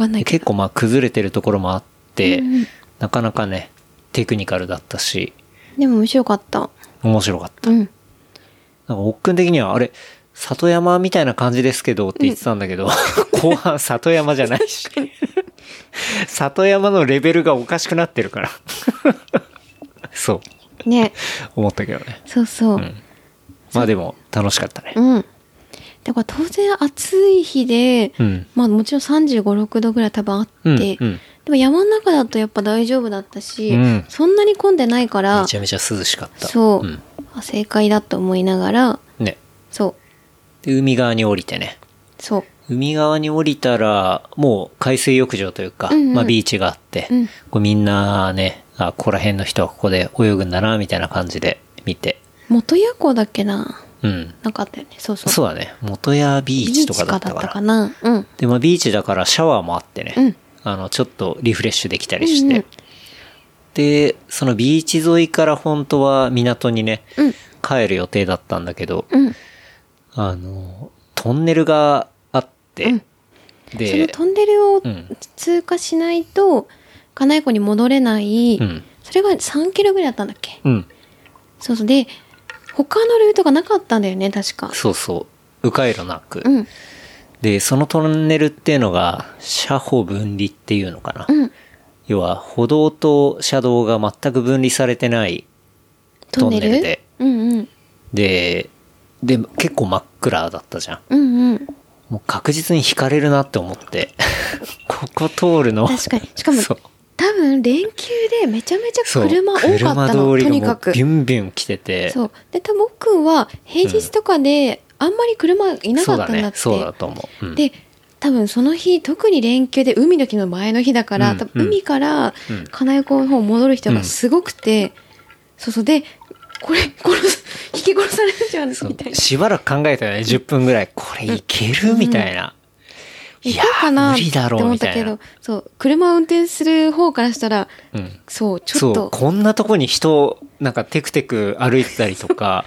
かんないでけ結ど。構まあ崩れてるところもあって、うんうんなかなかねテクニカルだったしでも面白かった。面白かったうん。なんか、おっくん的には、あれ、里山みたいな感じですけどって言ってたんだけど、 後半里山じゃないし。里山のレベルがおかしくなってるから。 そう、ね。思ったけどね。そうそう。んまあでも、楽しかったね。うん。だから当然暑い日で、うん。まあもちろん35、6度ぐらい多分あって、うん。でうんも山の中だとやっぱ大丈夫だったし、うんそんなに混んでないからめち、ゃめちゃ涼しかった。そう、んあ正解だと思いながら、ね。そう、で、海側に降りてね。そう、海側に降りたら、もう海水浴場というか、うんうんまあビーチがあって、うんこうみんなね、あ、ここら辺の人はここで泳ぐんだな、みたいな感じで見て。元夜行だっけな。うん。なんかあったよね。そうそう。そうだね。元屋ビーチとかだったビかーチだら。ったかな。うん。で、まあビーチだからシャワーもあってね。うんあの、ちょっとリフレッシュできたりして。うんうんで、そのビーチ沿いから本当は港にね、うん帰る予定だったんだけど、うん。あの、トンネルがあって、そので、トンネルをん通過しないと、金井湖に戻れない、うんそれが3キロぐらいだったんだっけうん、そうそう。で、他のルートがなかったんだよね、確か。そうそう、迂回路なく、うん。で、そのトンネルっていうのが、車歩分離っていうのかな。うん。要は、歩道と車道が全く分離されてない。トンネルトンネルでうんうん。で、で、結構真っ暗だったじゃん。うんうん。もう確実に引かれるなって思 って。ここ通るの。確かに。しかも、そう。多分連休でめちゃめちゃそう車多かったの、と車通りにがもかうくビ。ュンビュン来てて。そう。で、多分奥君は平日とかであんまり車いなかそうったんだだって。ね。そうだと思う。うん、で多分その日特に連休で海の日の前の日だから、うん多分海からうん金井湖の方戻る人がすごくて、そうそうでこれ殺す引き殺されるんじゃんみそたいうなしばらく考えたよね。10分ぐらい。これいける、みたいな。い行やこうかー、なっ無理だてろう、思っみたたけいどな。そう車を運転する方からしたら、うんそうちそょうっとこんなとこに人、なんかテクテク歩いてたりと か、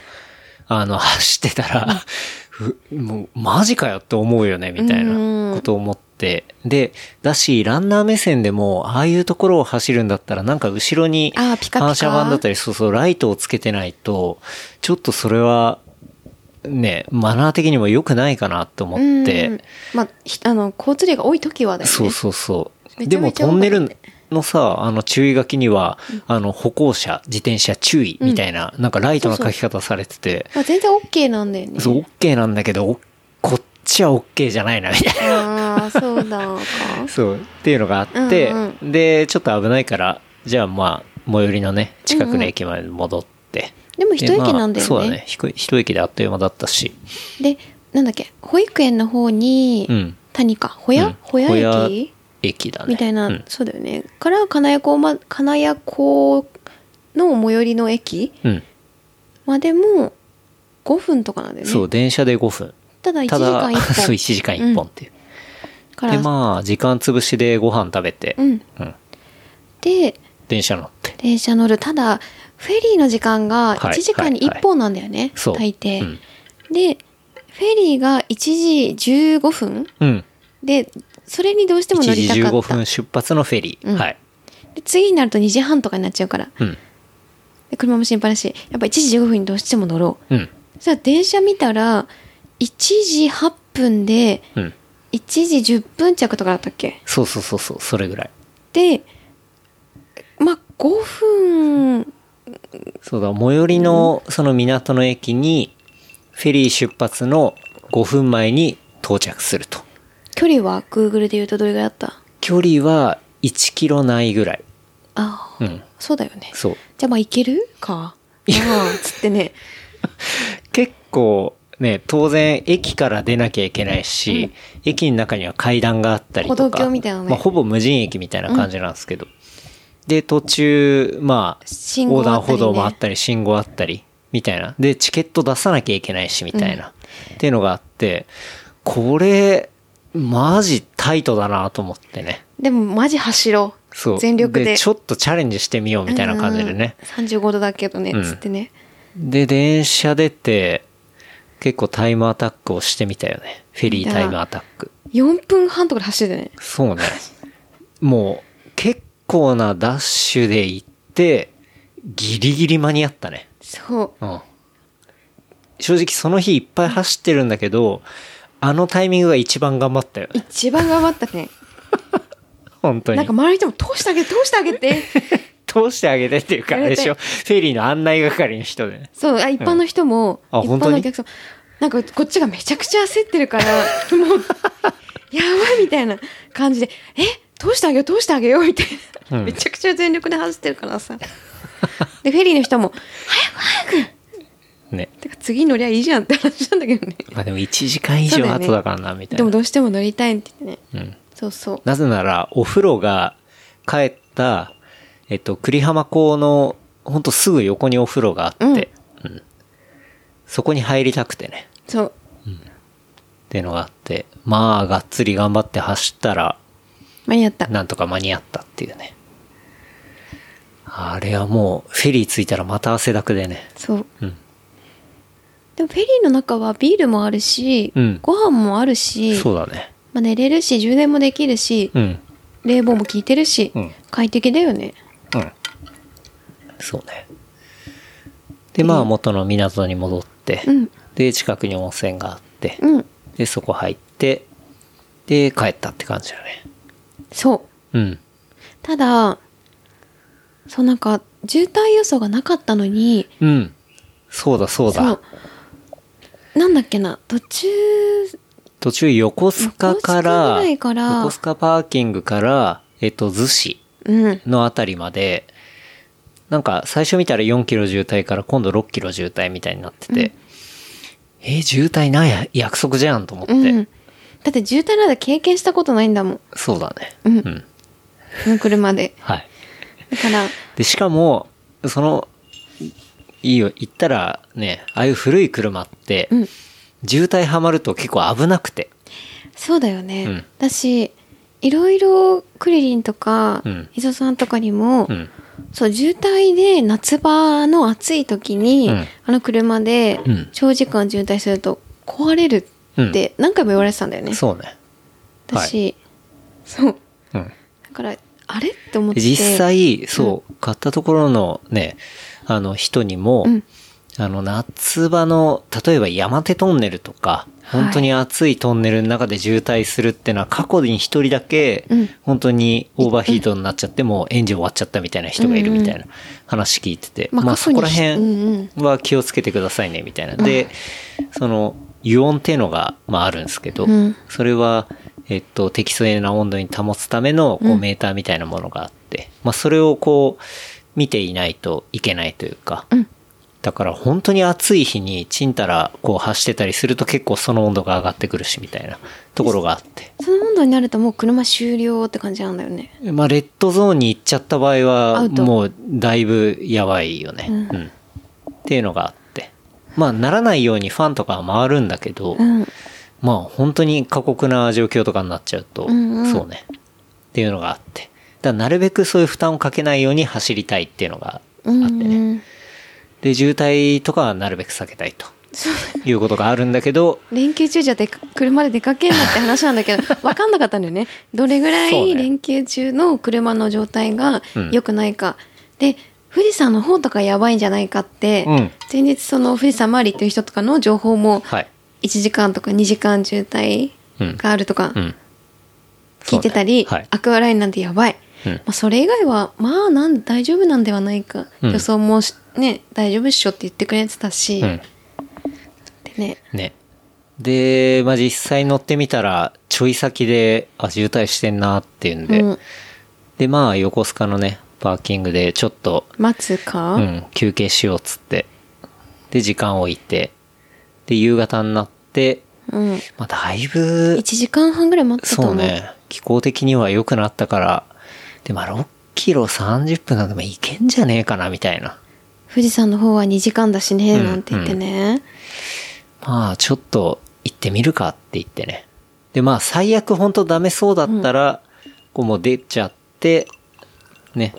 あの、走ってたら、ふもう、マジかよって思うよね、みたいなことを思って。で、だし、ランナー目線でも、ああいうところを走るんだったら、なんか後ろにあーピカピカ反射板だったり、そうそう、ライトをつけてないと、ちょっとそれは、ね、マナー的にも良くないかなと思っうんて、まあひあの交通量が多い時はだよねそうそうそう。めちでゃめもちゃトンネルのさ、あの注意書きには、あの歩行者、自転車注意みたいな、なんかライトの書き方されてて、まあ、全然 OK なんだよねそう、OK なんだけど、おこっちは OK じゃないな、みたいな。ああそうだか そう、っていうのがあって、うんで、ちょっと危ないから、じゃあまあ、最寄りのね、近くの駅まで戻って。でも一駅でまあなんだよねそうだね。ひこ一駅であっという間だったし。でなんだっけ保育園の方に、うん。谷かほや、うんほや保駅谷駅だね。みたいな、うん。そうだよねから金谷港、ま、金谷港の最寄りの駅うんまでも5分とかなんだよねそう、電車で5分。ただ1時た間だ、 1 そう、本1時間1本っていう。からで、まあ、時間潰しでご飯食べて、うん、うんで電車乗って。電車乗るただフェリーの時間はがい1時間に1本なんだよね、そう。大抵、うん。でフェリーが1時15分うん。でそれにどうしても乗1り時たか15った分出発のフェリー。うんはい。で次になると2時半とかになっちゃうからうん。で車も心配だしやっぱ1時15分にどうしても乗ろううん。そしたら電車見たら1時8分でうん。 1時10分着とかだったっけそうそうそうそう、それぐらい。でまあ5分そうだ、最寄りの、その港の駅に、フェリー出発の5分前に到着すると。距離は Google で言うとどれぐらいだった距離は1キロないぐらい。ああ、うん。そうだよねそう。じゃあまあ行けるかああつってね結構ね、当然駅から出なきゃいけないし、駅の中には階段があったりとか。歩道橋みたいなねまあ、ほぼ無人駅みたいな感じなんですけど。で、途中、まあ、信横号あ断ったりね歩道もあったり、信号あったり、みたいな。で、チケット出さなきゃいけないし、みたいな。っていうのがあって、これ、マジタイトだなと思ってね。でもマジ走ろうそう。全力でちょっとチャレンジしてみようみたいな感じでね。うん35度だけどね、うんつってねで、電車出て、結構タイムアタックをしてみたよね。フェリータイムアタック。 4分半とかで走ってたよねそうね。 もう、結構なダッシュで行って、ギリギリ間に合ったね。そううん。正直その日いっぱい走ってるんだけど、あのタイミングが一番頑張ったよね。一番頑張ったね本当に。なんか周りの人も通してあげて通してあげて通してあげてっていうか、あれでしょ。フェリーの案内係の人でね。そうあ一般の人も、うんあ一本般当のにお客さんなんかこっちがめちゃくちゃ焦ってる からもうやばいみたいな感じでえ通してあげよう通してあげようみたいな、うんめちゃくちゃ全力で走ってるか らさでフェリーの人もね。てか次乗りゃいいじゃんって話なんだけどねまあでも1時間以上後だからな、みたいでなも。どうしても乗りたいって言ってね、うん。そうそうなぜなら、お風呂が帰った、えっと、栗浜港の、ほんとすぐ横にお風呂があって、ううんんそこに入りたくてね、そうっていうのがあって、まあ、がっつり頑張って走ったら、間に合ったなんとか間に合ったっていうね。あれはもう、フェリー着いたらまた汗だくでね。そううん。でもフェリーの中はビールもあるし、うんご飯もあるし、そうだね。まあ、寝れるし充電もできるし、うん。冷房も効いてるし、うん快適だよねうん。そうね。で、まあ、元の港に戻って、うんで、近くに温泉があって、うんで、そこ入って、で、帰ったって感じだね。そううん。ただそうなんか渋滞予想がなかったのにうん。そうだ、そうだ。そうなんだっけな途中途中横須賀から、横須賀ぐらいから横須賀パーキングから、えっと、逗子うんのあたりまで、なんか最初見たら4キロ渋滞から今度6キロ渋滞みたいになってて、えー渋滞なんや、約束じゃんと思って。うんだって渋滞なんて経験したことないんだもんそうだね。うんうん。この車ではい。だからで、しかも、その、いいよ、行ったらね、ああいう古い車って、うん渋滞はまると結構危なくて。そうだよね、うんだしいろいろクリリンとか、うん伊沢さんとかにも、うん。そう渋滞で夏場の暑い時に、うんあの車でうん長時間渋滞すると壊れるって何回も言われてたんだよね、そうね。だし、そううん。だからあれって思って実際、そう、買ったところのね、あの人にも、うんあの夏場の、例えば山手トンネルとか、はい本当に暑いトンネルの中で渋滞するってのは過去に一人だけうん、本当にオーバーヒートになっちゃってもうエンジン終わっちゃったみたいな人がいるみたいな話聞いてて、まあまあ過去そにこらうん辺は気をつけてくださいねみたいな。で、その、油温っていうのが、まああるんですけど、うんそれは、えっと、適正な温度に保つためのこううんメーターみたいなものがあって、まあ、それをこう、見ていないといけないというか、うんだから本当に暑い日にちんたらこう走ってたりすると結構その温度が上がってくるしみたいなところがあって。その温度になるともう車終了って感じなんだよねまあ、レッドゾーンに行っちゃった場合アは、ウトもうだいぶやばいよね、うんうんっていうのがあって。まあ、ならないようにファンとかは回るんだけど、うんまあ本当に過酷な状況とかになっちゃうと、うんうんそうね。っていうのがあって。だからなるべくそういう負担をかけないように走りたいっていうのがあってうんね。うんで、渋滞とかはなるべく避けたいと。いうことがあるんだけど、連休中じゃでか車で出かけんなって話なんだ けど分かんなかったんだよねどれぐらそうねい連休中の車の状態がうん良くないか、で富士山の方とかやばいんじゃないかって、うん前日その富士山周りっていう人とかの情報もはい。 1時間とか2時間渋滞があるとかうん。聞いてたり、そうねはいアクアラインなんてやばい、うんまあ、それ以外はまあなん大丈夫なんではないか、うん予想もしね大丈夫っしょって言ってくれてたし、うん。でねね。で、まあ実際乗ってみたら、ちょい先で、あ、渋滞してんなっていうんで、うんで、まあ横須賀のね、パーキングでちょっと待つか、うん、休憩しようっつって。で、時間置いて。で、夕方になって、うんまあ、だいぶ1、時間半ぐらい待ったとそ思ううね、気候的には良くなったから、で、まあ、6キロ30分なんでもいけんじゃねえかな、みたいな。富士山の方は2時間だしね、うんなんて言ってね、まあ、ちょっと行ってみるかって言ってね。で、まあ、最悪ほんとダメそうだったら、こうもう出ちゃって、ね、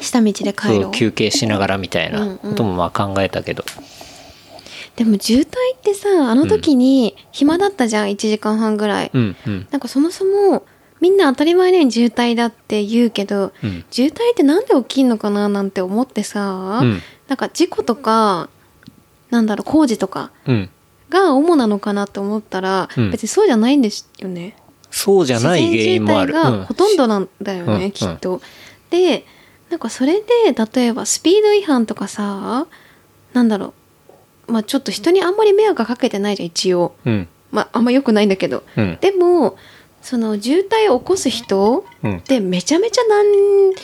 下道でそ帰ろうう休憩しながらみたいうんなうんこともまあ考えたけど。でも渋滞ってさあの時に暇だったじゃん1時間半ぐらい、うん、うん、なんかそもそもみんな当たり前のように渋滞だって言うけど、うん渋滞ってなんで起きんのかななんて思ってさ、うんなんか事故とかなんだろう工事とかうん。が主なのかなって思ったら、うん別にそうじゃないんですよね。そうじゃ自ない原因然もあ渋滞る。がほとんどなんだようんね、うんきっと。でなんかそれで例えばスピード違反とかさなんだろうまあちょっと人にあんまり迷惑がかけてないじゃん一応。うん。まああんま良くないんだけど。うん。でもその渋滞を起こす人うん。でめちゃめちゃ何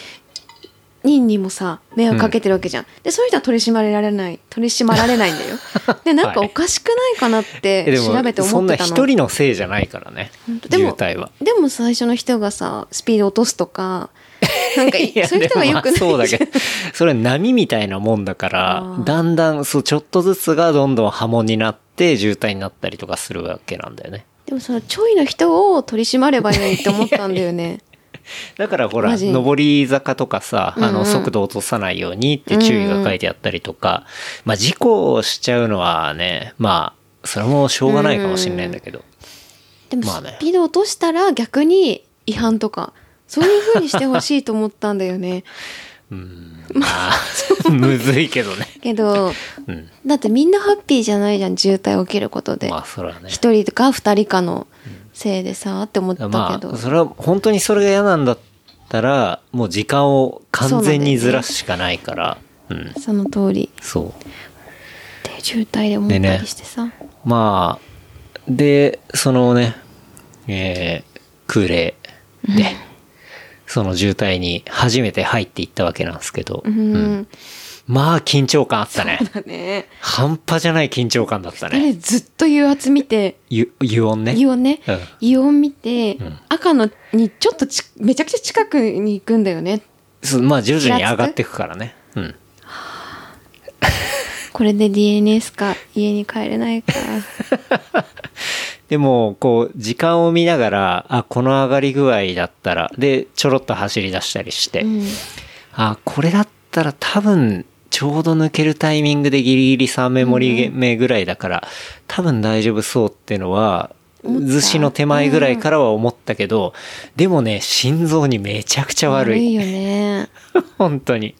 人にもさ迷惑かけてるわけじゃん、でそういう人は取り締まれられない取り締まられないんだ よでなんかおかしくないかなっえてでも調べてそ思んっなてたの一人のせいじゃないからね。本当で渋も滞は。でも最初の人がさスピード落とすと かなんかいやそういう人がでもよまあくないじゃんそうだけど、それは波みたいなもんだかあらー、だんだん、そう、ちょっとずつがどんどん波紋になって、渋滞になったりとかするわけなんだよね。でもそのちょいの人を取り締まればいいのにって思ったんだよねだからほら、マジ上り坂とかさ、あうんうの、ん速度落とさないようにって注意が書いてあったりとか、まあ、事故をしちゃうのはね、まあ、それもしょうがないかもしれないんだけど。でもまあスねピード落としたら逆に違反とかそういう風にしてほしいと思ったんだ よねまあ、 むずいけどね。けどうん。だってみんなハッピーじゃないじゃん渋滞起きることでまあ、それはね。一、人か二人かのせいでさって思ったけど、まあ、それは本当にそれが嫌なんだったら、もう時間を完全にずらすしかないから、うん、その通りそう。で渋滞で思ったりしてさ、まあ、で、そのね、えー、空冷で、その渋滞に初めて入っていったわけなんですけど、うん、まあ緊張感あったね。だね半端じゃない緊張感だったあれね。ずっと油圧見てゆ、油音ね。イオンね、うんイオン見て、ん赤のにちょっとちめちゃくちゃ近くに行くんだよねそうまあ徐々に上がっていくからね。うん。これで DNS か家に帰れないかでも、こう、時間を見ながら、あ、この上がり具合だったら、で、ちょろっと走り出したりして、うんあ、これだったら多分、ちょうど抜けるタイミングでギリギリ3メモリ目ぐらいだから、多分大丈夫そうっていうのは、思った寿司の手前ぐらいからは思ったけど、でもね、心臓にめちゃくちゃ悪い。よね 本当に。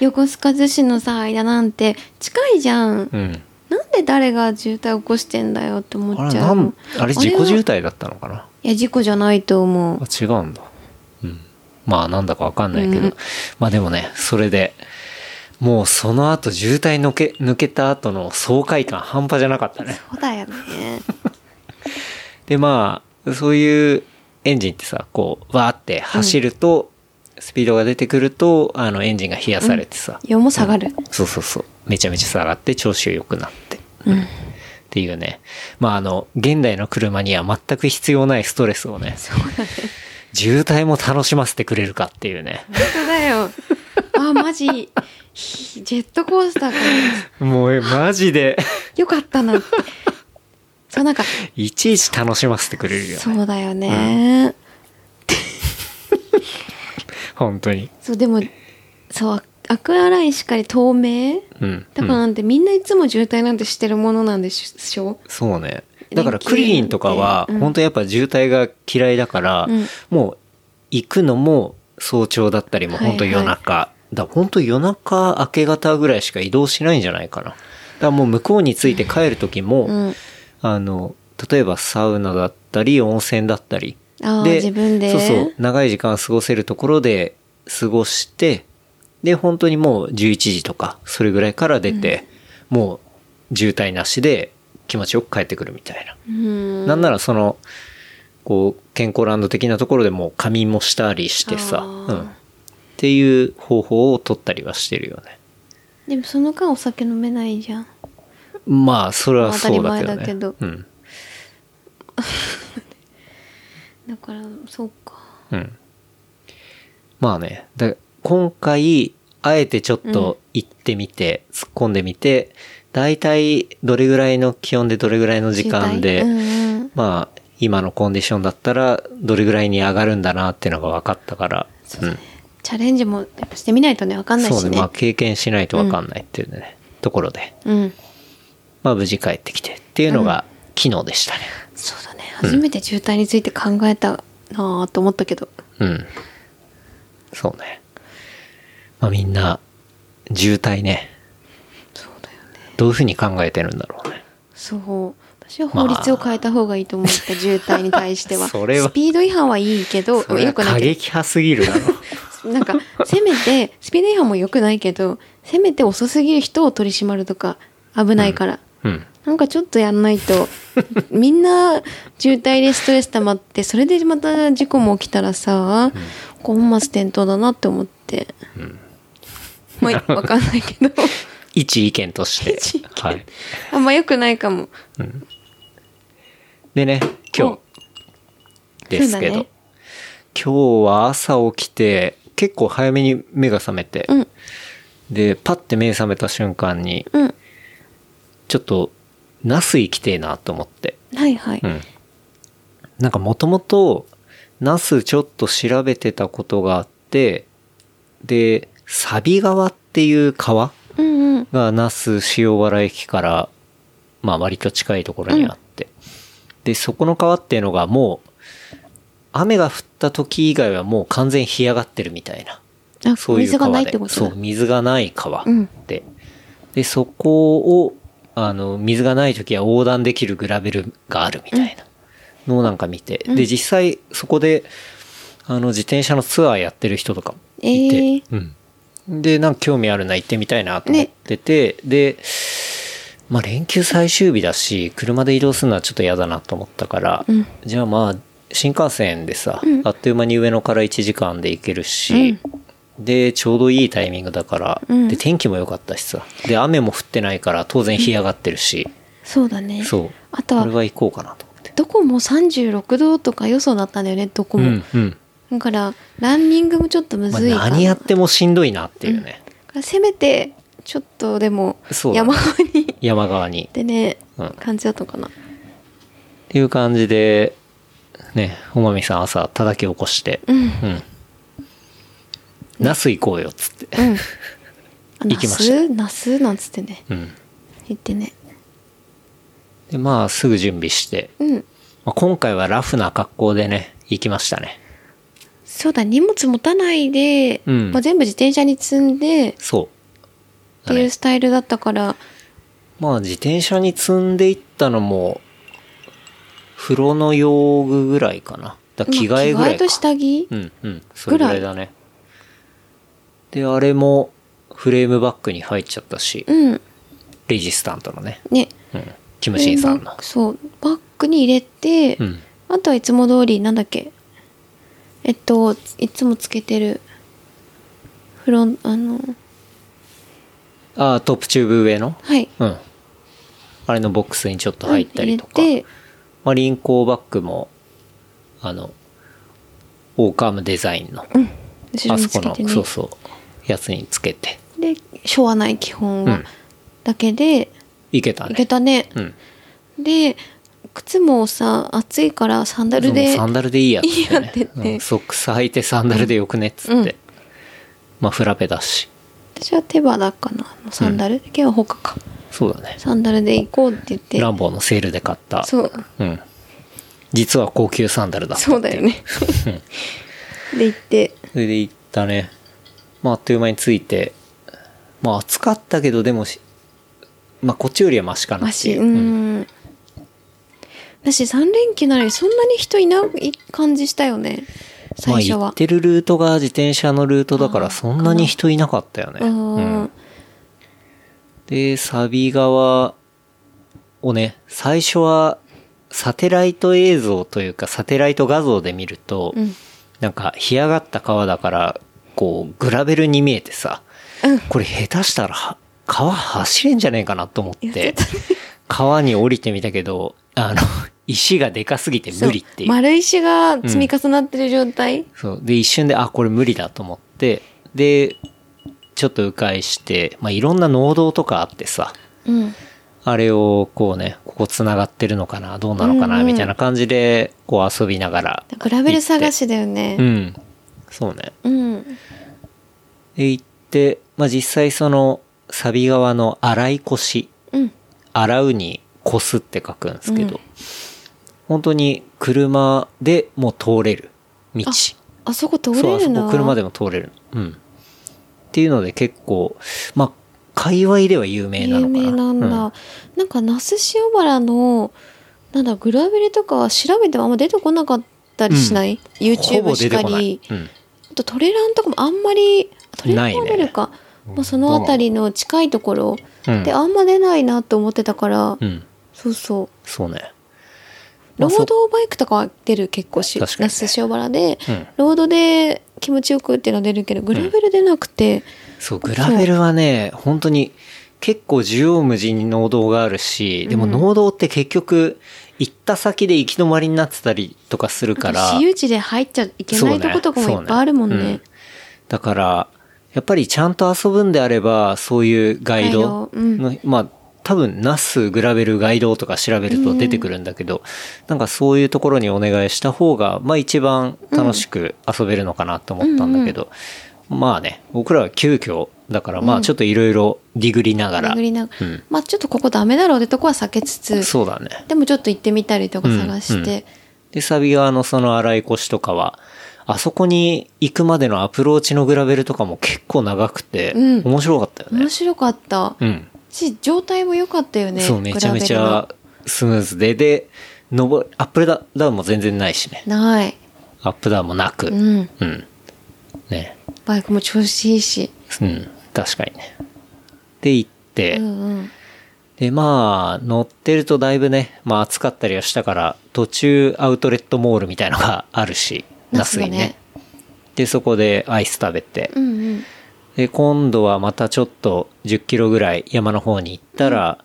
横須賀寿司のさ間なんて近いじゃん、うん。なんで誰が渋滞起こしてんだよって思あっれ、ちな、ゃうんあれ自己渋は滞だったのかないや事故じゃないと思うあ違うんだ。うん。まあなんだかわかんないけど。うんまあでもね、それで、もうその後渋滞のけ抜けた後の爽快感半端じゃなかったね。そうだよねでまあ、そういうエンジンってさ、こう、わーって走ると、スピードが出てくると、あのエンジンが冷やされてさ、イオンも下がる、そうそうそう。めちゃめちゃ下がって調子良くなって。うんっていうね。まあ、あの、現代の車には全く必要ないストレスをね。渋滞も楽しませてくれるかっていうね。本当だよあマジひジェットコースターかもう、えマジで、 よかったなってそうなんかいちいち楽しませてくれるよね。そうだよね、本当に。そうでもそうアアクアラインしっかり透明うん。だからうんなんて、みんないつも渋滞なんてしてるものなんでしょそうね。だから、クリリンとかは、うん本当やっぱ渋滞が嫌いだから、うんもう、行くのも早朝だったりも、はいはい本当夜中。だから本当夜中明け方ぐらいしか移動しないんじゃないかな。だからもう向こうに着いて帰る時も、うんあの、例えばサウナだったり、温泉だったり。あー自分でそうそう。長い時間過ごせるところで過ごして、で、本当にもう11時とか、それぐらいから出て、もう渋滞なしで気持ちよく帰ってくるみたいな。うんなんならその、こう、健康ランド的なところでもう仮眠もしたりしてさ、あうーん。っていう方法を取ったりはしてるよね。でもその間お酒飲めないじゃんまあ、それはそうだけどね。当たり前だけどうん。だからそうかうん。まあね、だ今回、あえてちょっと行ってみて、突っ込んでみて、大体どれぐらいの気温でどれぐらいの時間で、渋滞うんうんまあ、今のコンディションだったら、どれぐらいに上がるんだなっていうのが分かったから、そうねチャレンジもやっぱしてみないとねわかんん、ないそうしね、ねまあ経験しないと分かんないっていうね、ところで、うんまあ無事帰ってきてっていうのが、昨日でしたね。そうだね初めて渋滞について考えたなあと思ったけどうん。そうね。まあみんな、渋滞ね。そうだよねどういうふうに考えてるんだろうね。そう私は法律を変えた方がいいと思った、渋滞に対してはそれはスピード違反はいいけどそれはよくな過いけど激派すぎる だろ。なんか、せめて、スピード違反も良くないけど、せめて遅すぎる人を取り締まるとか、危ないから。うん。なんかちょっとやんないと、みんな渋滞でストレス溜まって、それでまた事故も起きたらさ、こう本末転倒だなって思って。まあ、わかんない けど、一意見として。一意見はい。あんま良くないかも。でね、今お日ですけど、そうだね今日は朝起きて、結構早めに目が覚めて、うん、で、パッて目覚めた瞬間に、うん。ちょっと、ナス行きてえなと思って。はいはい。うん。なんかもともと、ナスちょっと調べてたことがあって、で、サビ川っていう川うんうんが那須塩原駅から、まあ割と近いところにあって、で、そこの川っていうのがもう、雨が降った時以外はもう完全に干上がってるみたいな。あそういう水が川で。ないってことだそう、水がない川うんで。で、そこを、あの、水がない時は横断できるグラベルがあるみたいなのをなんか見て。で、実際そこで、あの、自転車のツアーやってる人とかもいて、えーうん。で、なんか興味あるな、行ってみたいなと思ってて、で、まあ連休最終日だし、車で移動するのはちょっと嫌だなと思ったから、んじゃあまあ、新幹線でさ、あっという間に上野から1時間で行けるし、で、ちょうどいいタイミングだから、うんで、天気も良かったしさ、で、雨も降ってないから当然干上がってるし、そうだねそう。あとこれはは行こうかなと思って。どこも36度とか予想だったんだよねどこうも、ん、うん。だからランニングもちょっとむまあずいかな、何やってもしんどいなっていうね、せめてちょっとでもそうだね山に行っ山側に。てね、うん感じだったか なっていう感じで、ね、おまみさん朝叩き起こして、うん、うん。ナス行こうよ、っつって。うん。あ行きましたナスナスなんつってね。うん。言ってね。で、まあ、すぐ準備して、うん。まあ、今回はラフな格好でね、行きましたね。そうだ、荷物持たないで、うんまあ、全部自転車に積んで、っそう。てだねいうスタイルだったから、まあ、自転車に積んでいったのも、風呂の用具ぐらいかな。だから着替えぐまあらい着替えかと。下着、うんうん。それぐらいだね。で、あれも、フレームバッグに入っちゃったし、うん、レジスタントのね。ね。うん。キムシンさんのバッグ。そう。バッグに入れて、うん。あとはいつも通り、なんだっけ。えっと、いつもつけてる、フロン、あの、ああ、トップチューブ上のはい。うん。あれのボックスにちょっと入ったりとか。入れて、まあ、輪行バッグも、あの、オーカームデザインの、後ろあにそつこけの、てね。そうそう、やつにつけて、で、しょうがない基本は、うんだけで、いけたいけね。たね。うん。で、靴もさ、暑いからサンダルもうでサ、ンダルでいいやっつって、ね。いいやってってうんソックス履いてサンダルでよくねっつって。うんまあ、フラペだし。私は手羽だかな。サンダル。今日は他か。そうだね。サンダルで行こうって言って。ランボーのセールで買った。そう、うん。実は高級サンダルだった。そうだよね。で行って、それで行ったね。まあ、あっという間に着いて、まあ、暑かったけど、でもし、まあ、こっちよりはマシかなマっていシ、う。ううんん。だし3連休なのにそんなに人いない感じしたよね。まあ、最初行はっ。てるルートが自転車のルートだから、そんなに人いなかったよね。うん。うんで、サビ側をね、最初は、サテライト映像というか、サテライト画像で見ると、うんなんか、干上がった川だから、こう、グラベルに見えてさ、うんこれ下手したらは、川走れんじゃねえかなと思っ言っててた、川に降りてみたけど、あの、石がでかすぎて無理っていう。丸石が積み重なってる状態。そう。で、一瞬で、あ、これ無理だと思って、で、ちょっと迂回して、まあ、いろんな農道とかあってさ、うん。あれをこうね、ここ繋がってるのかな、どうなのかうんな、うんみたいな感じで、こう遊びながら。グラベル探し。しだよねう。ん。そうね。うん。で、行って、まあ、実際その、サビ側の洗い腰、うん。洗うにこすって書くんですけど、本当に車でもう通れる道。あそこ通そう、れあるそな。こ車でも通れるの。うん。っていうので結構、まあ、界隈では有名なの有かな。名なんだ、うんなんか那須塩原のなんだグラベルとかは調べてもあんま出てこなかったりしない、ほぼ YouTube し出てかこなりい。うん。あとトレランとかもあんまりトレランも出るか、まあ、その辺りの近いところうんであんま出ないなと思ってたから、うん。そうそうそうね。まロあそードバイクとかは出る結構し、那確かにね須塩原で、うんロードで気持ちよくっていうのは出るけどグラベル出なくて、そう、グラベルはね、本当に結構縦横無尽に農道があるし、でも農道って結局、行った先で行き止まりになってたりとかするから。私有地で入っちゃいけないとことかもいっぱいあるもんねそううんだから、やっぱりちゃんと遊ぶんであれば、そういうガイドガイドうんの、まあ、多分、ナスグラベルガイドとか調べると出てくるんだけど、なんかそういうところにお願いした方が、まあ一番楽しく遊べるのかなと思ったんだけど、まあね、僕らは急遽、だからまあちょっといろいろディグりながら、巡りながら、うんまあちょっとここダメだろうってとこは避けつつそうだね。でもちょっと行ってみたりとか探して、で、サビ側のその洗い越しとかは、あそこに行くまでのアプローチのグラベルとかも結構長くて、うん面白かったよね面。白かった、うん。し状態も良かったよねそう、めちゃめちグラゃスムーズで、で、登り、アップダダウンも全然ないしねベ。ルのないアップダウンもなく。ううん。んね。バイクも調子いいしうん。確かにね。で、行って、うんうんで、まあ、乗ってるとだいぶね、まあ暑かったりはしたから、途中アウトレットモールみたいのが あるし、那ナ須スがにねね。で、そこでアイス食べて、うんうんで、今度はまたちょっと10キロぐらい山の方に行ったら、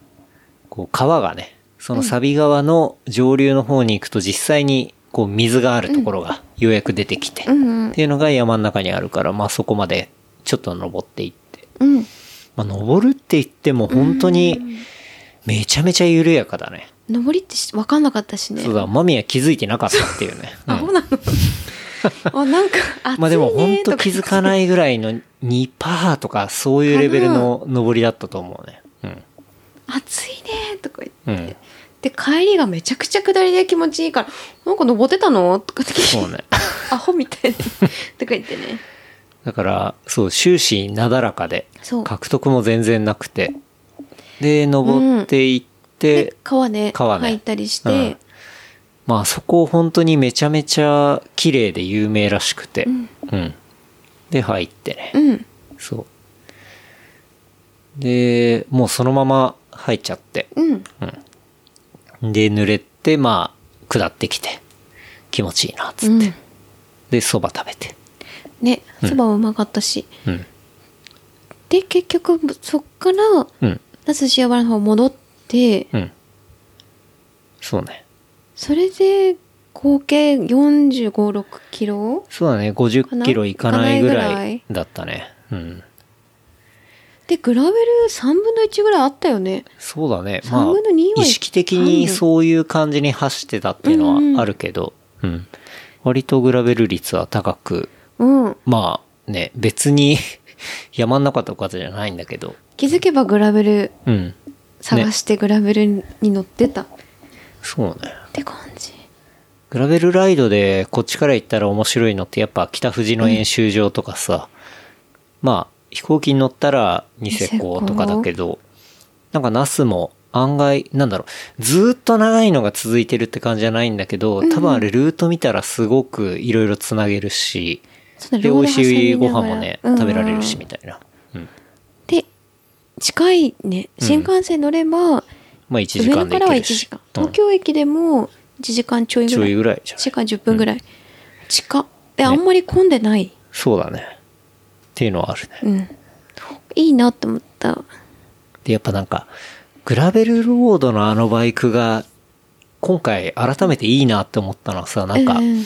こう川がね、そのサビ川の上流の方に行くと実際にこう水があるところがようやく出てきて、うんうっんていうのが山の中にあるから、まあそこまでちょっと登っていって。うんまあ登るって言っても本当にめちゃめちゃ緩やかだね。登りってし分かんなかったしねそうだ、マミヤ気づいてなかったって いうね。うんあなんか暑いねとか まあでも本当気づかないぐらいの2パーとかそういうレベルの登りだったと思うね。うん。暑いねとか言ってうん。で帰りがめちゃくちゃ下りで気持ちいいからなんか登ってたのとかって聞いそうてね。 アホみたいなとか言ってねだから、そう、終始なだらかでそう、獲得も全然なくて。で、登っていって、で川ね川ね入ったりしうてん、まあそこ本当にめちゃめちゃ綺麗で有名らしくて。うん。で、入ってね。うんそう。で、もうそのまま入っちゃって。うんで、濡れて、まあ、下ってきて。気持ちいいな、つって。うんで、蕎麦食べて。ねそばもうまかったし、うん。で結局そっからうん。那須塩原の方戻ってうん。そうね。それで合計4 5 6キロそうだね、か50なキロいかないぐらいいだったね。うん。でグラベル3分の1ぐらいあったよねそうだね。 3ま分の2はあ、意識的にそういう感じに走ってたっていうのはあるけど、うん、割とグラベル率は高く、うんまあね、別に 山の中とかじゃないんだけど、気づけばグラベルうん。探してグラベルに乗ってたっそうね。て感じ、グラベルライドでこっちから行ったら面白いのってやっぱ北富士の演習場とかさ、まあ飛行機に乗ったらニセコとかだけど、なんかナスも案外、なんだろう、ずーっと長いのが続いてるって感じじゃないんだけど、多分あれルート見たらすごくいろいろつなげるし、そので、美両味手挟みながらしいご飯もね、うん食べられるしみたいな。うん。で近いね新幹線乗れば、まあ1時上間野で行からはけ1るし時。間うん東京駅でも1時間ちょいぐちらょいいぐらいじゃ1ない時間10分ぐらい、近っであんまり混んでない、そうだね。っていうのはあるね。うんいいなと思ったで、やっぱなんか、グラベルロードのあのバイクが、今回改めていいなって思ったのはさ、なんかう、ん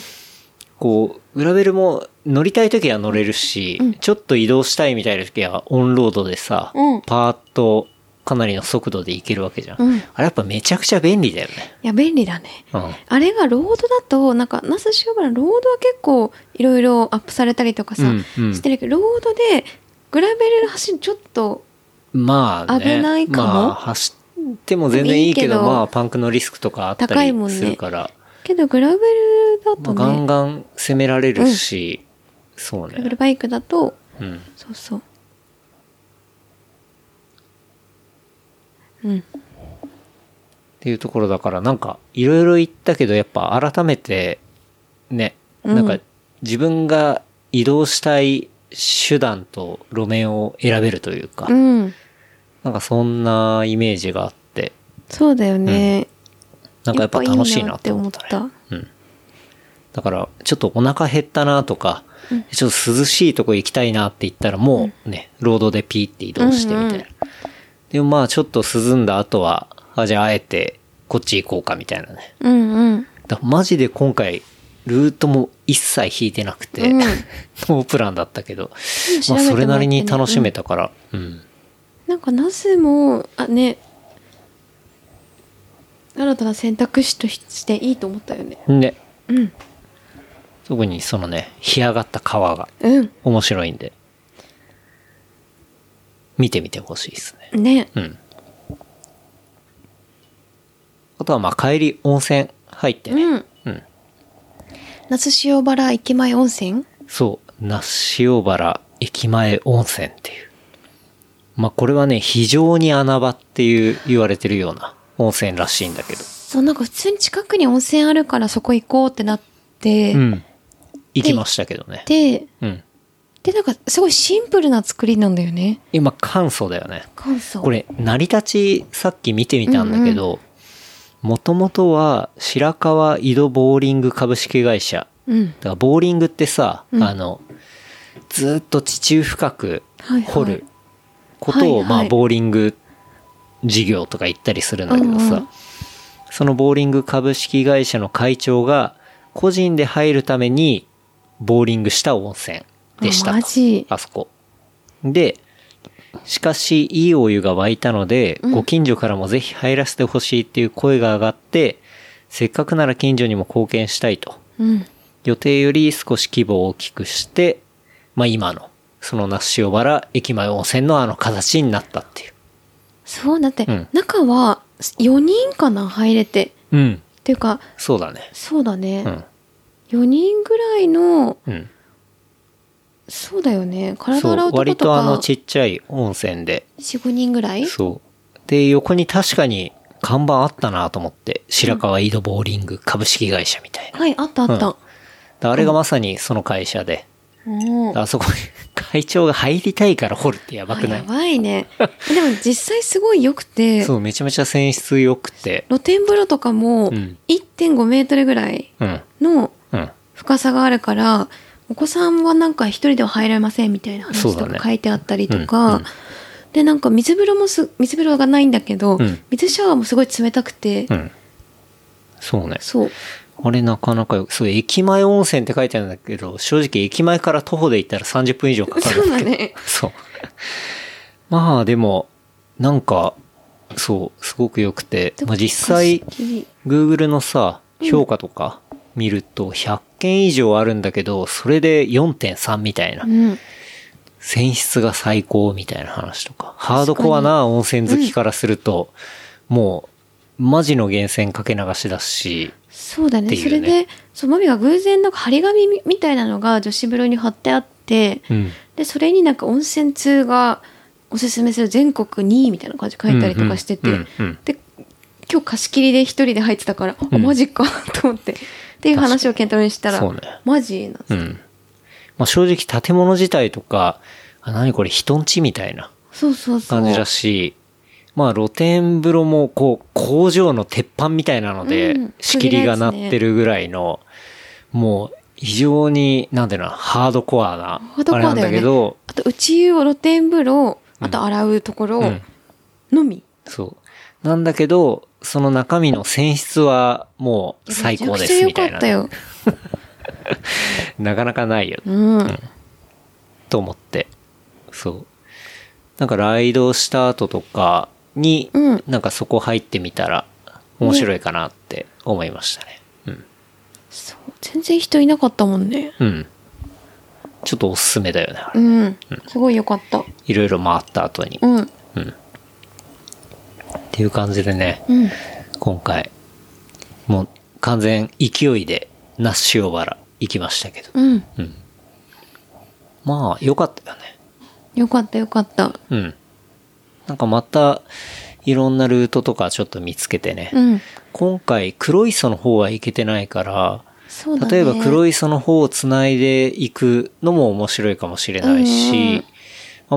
こう、グラベルも乗りたい時は乗れるし、ちょっと移動したいみたいな時はオンロードでさ、うんパーッとかなりの速度で行けるわけじゃん。うんあれやっぱめちゃくちゃ便利だよね。いや便利だねうん。あれがロードだとなんか那須塩原ロードは結構いろいろアップされたりとかさ、うんうんしてるけどロードでグラベル走るちょっとまあね。危ないかもまあ、走っても全然いいけど、いいけどまあ、パンクのリスクとかあった高いもんりねするから、けどグラベルまだとあ、ね、ガンガン攻められるし、そうグラベルね。バイクだとうん。そうそううんっていうところだからなんかいろいろ言ったけどやっぱ改めてねうんなんか自分が移動したい手段と路面を選べるというか、うんなんかそんなイメージがあってそうだよね、なんかやっぱ楽しいなって思った,、ねやっぱいいなって思うん、だからちょっとお腹減ったなとか、ちょっと涼しいとこ行きたいなって言ったらもうね、ロードでピーって移動してみたいな、うんうんでもまあちょっと涼んだ後はあじゃああえてこっち行こうかみたいなねうんうんだマジで今回、ルートも一切引いてなくて、うん ノープランだったけど、調まべあてもらってねそれなりに楽しめたから、うん。なんかナスもあね新たな選択肢としていいと思ったよねねうん特にそのね干上がった川がうん面白いんで見てみてほしいですねねうんあとはまあ帰り温泉入ってねうんうん夏塩原駅前温泉そう、那須塩原駅前温泉っていう。まあこれはね、非常に穴場っていう言われてるような温泉らしいんだけど。そうなんか普通に近くに温泉あるからそこ行こうってなって、うん。行きましたけどね。でうん。でなんかすごいシンプルな作りなんだよね今、簡素だよね。簡素これ、成り立ちさっき見てみたんだけど、もともとは白川井戸ボーリング株式会社。うんだからボーリングってさ、うんあの、ずーっと地中深くはいはい掘ることを、はいはいまあボーリング事業とか言ったりするんだけどさ、うんうんそのボーリング株式会社の会長が個人で入るためにボーリングした温泉でしたあとマジあそこでしかしいいお湯が沸いたので、うんご近所からもぜひ入らせてほしいっていう声が上がってせっかくなら近所にも貢献したいとうん予定より少し規模を大きくして、まあ今の、その那須塩原駅前温泉のあの形になったっていう。そうだって、うん中は4人かな入れてうん。っていうかそうだね。そうだね、うん。 4人ぐらいのうん。そうだよね体そ洗うう、とこと割かとあのちっちゃい温泉で、 45人ぐらいそう。で、横に確かに看板あったなと思って、白川井戸ボーリング株式会社みたいな。はいあったあった、であれがまさにその会社で、うんあそこに会長が入りたいから掘るってやばくなやいばいねでも実際すごい良 くてそう、めちゃめちゃ泉質良くて、露天風呂とかもうん1.5メートルぐらいうん、のうん。深さがあるからお子さんはなんか一人では入れませんみたいな話そうとだねか書いてあったりとうんか、うんでなんか水風呂もす水風呂がないんだけど、うん水シャワーもすごい冷たくて、うん。そうね。そうあれなかなかよ、そう、駅前温泉って書いてあるんだけど、正直駅前から徒歩で行ったら30分以上かかるそんうだだけど。ね そう。まあでも、なんか、そう、すごく良くて、まあ実際、Google のさ、評価とか見ると100件以上あるんだけど、それで4.3みたいなう。ん泉質が最高みたいな話とか、ハードコアな温泉好きからすると、もう、マジの源泉かけ流しだし、そうだねっていうねそれでそうマミが偶然なんか張り紙みみたいなのが女子風呂に貼ってあってうん。でそれになんか温泉通がおすすめする全国2位みたいな感じ書いたりとかしてて、うんうんうんうんで今日貸し切りで一人で入ってたから、うあんマジかと思ってっていう話を健太郎にしたら、そうねマジなうん。まあ、正直建物自体とか、あ、何これ人んちみたいなそうそうそう感じだし、まあ露天風呂もこう工場の鉄板みたいなのでうん仕切りがなってるぐらいの、もう非常に、なんていうの、ハードコアな、ードコあれなアだよんねだけど、あと内湯を露天風呂あと洗うところうんのみ、そう。なんだけど、その中身の泉質はもう最高でめちゃくちすゃみ良たかいなった。よ、 なかなかないよねうんと思って。そう。なんかライドした後とかに、うんなんかそこ入ってみたら面白いかなって思いましたね。そう全然人いなかったもんねうん。うん。ちょっとおすすめだよね。あれうんすごい良かったいろいろ回った後に。うんっていう感じでね、うん今回、もう完全勢いで那須塩原行きましたけど。うんまあ、良かったよね。良かった良かったうん。なんかまた、いろんなルートとかちょっと見つけてね。うん今回、黒磯の方は行けてないから、そうだね例えば黒い磯の方をつないでいくのも面白いかもしれないうんし、う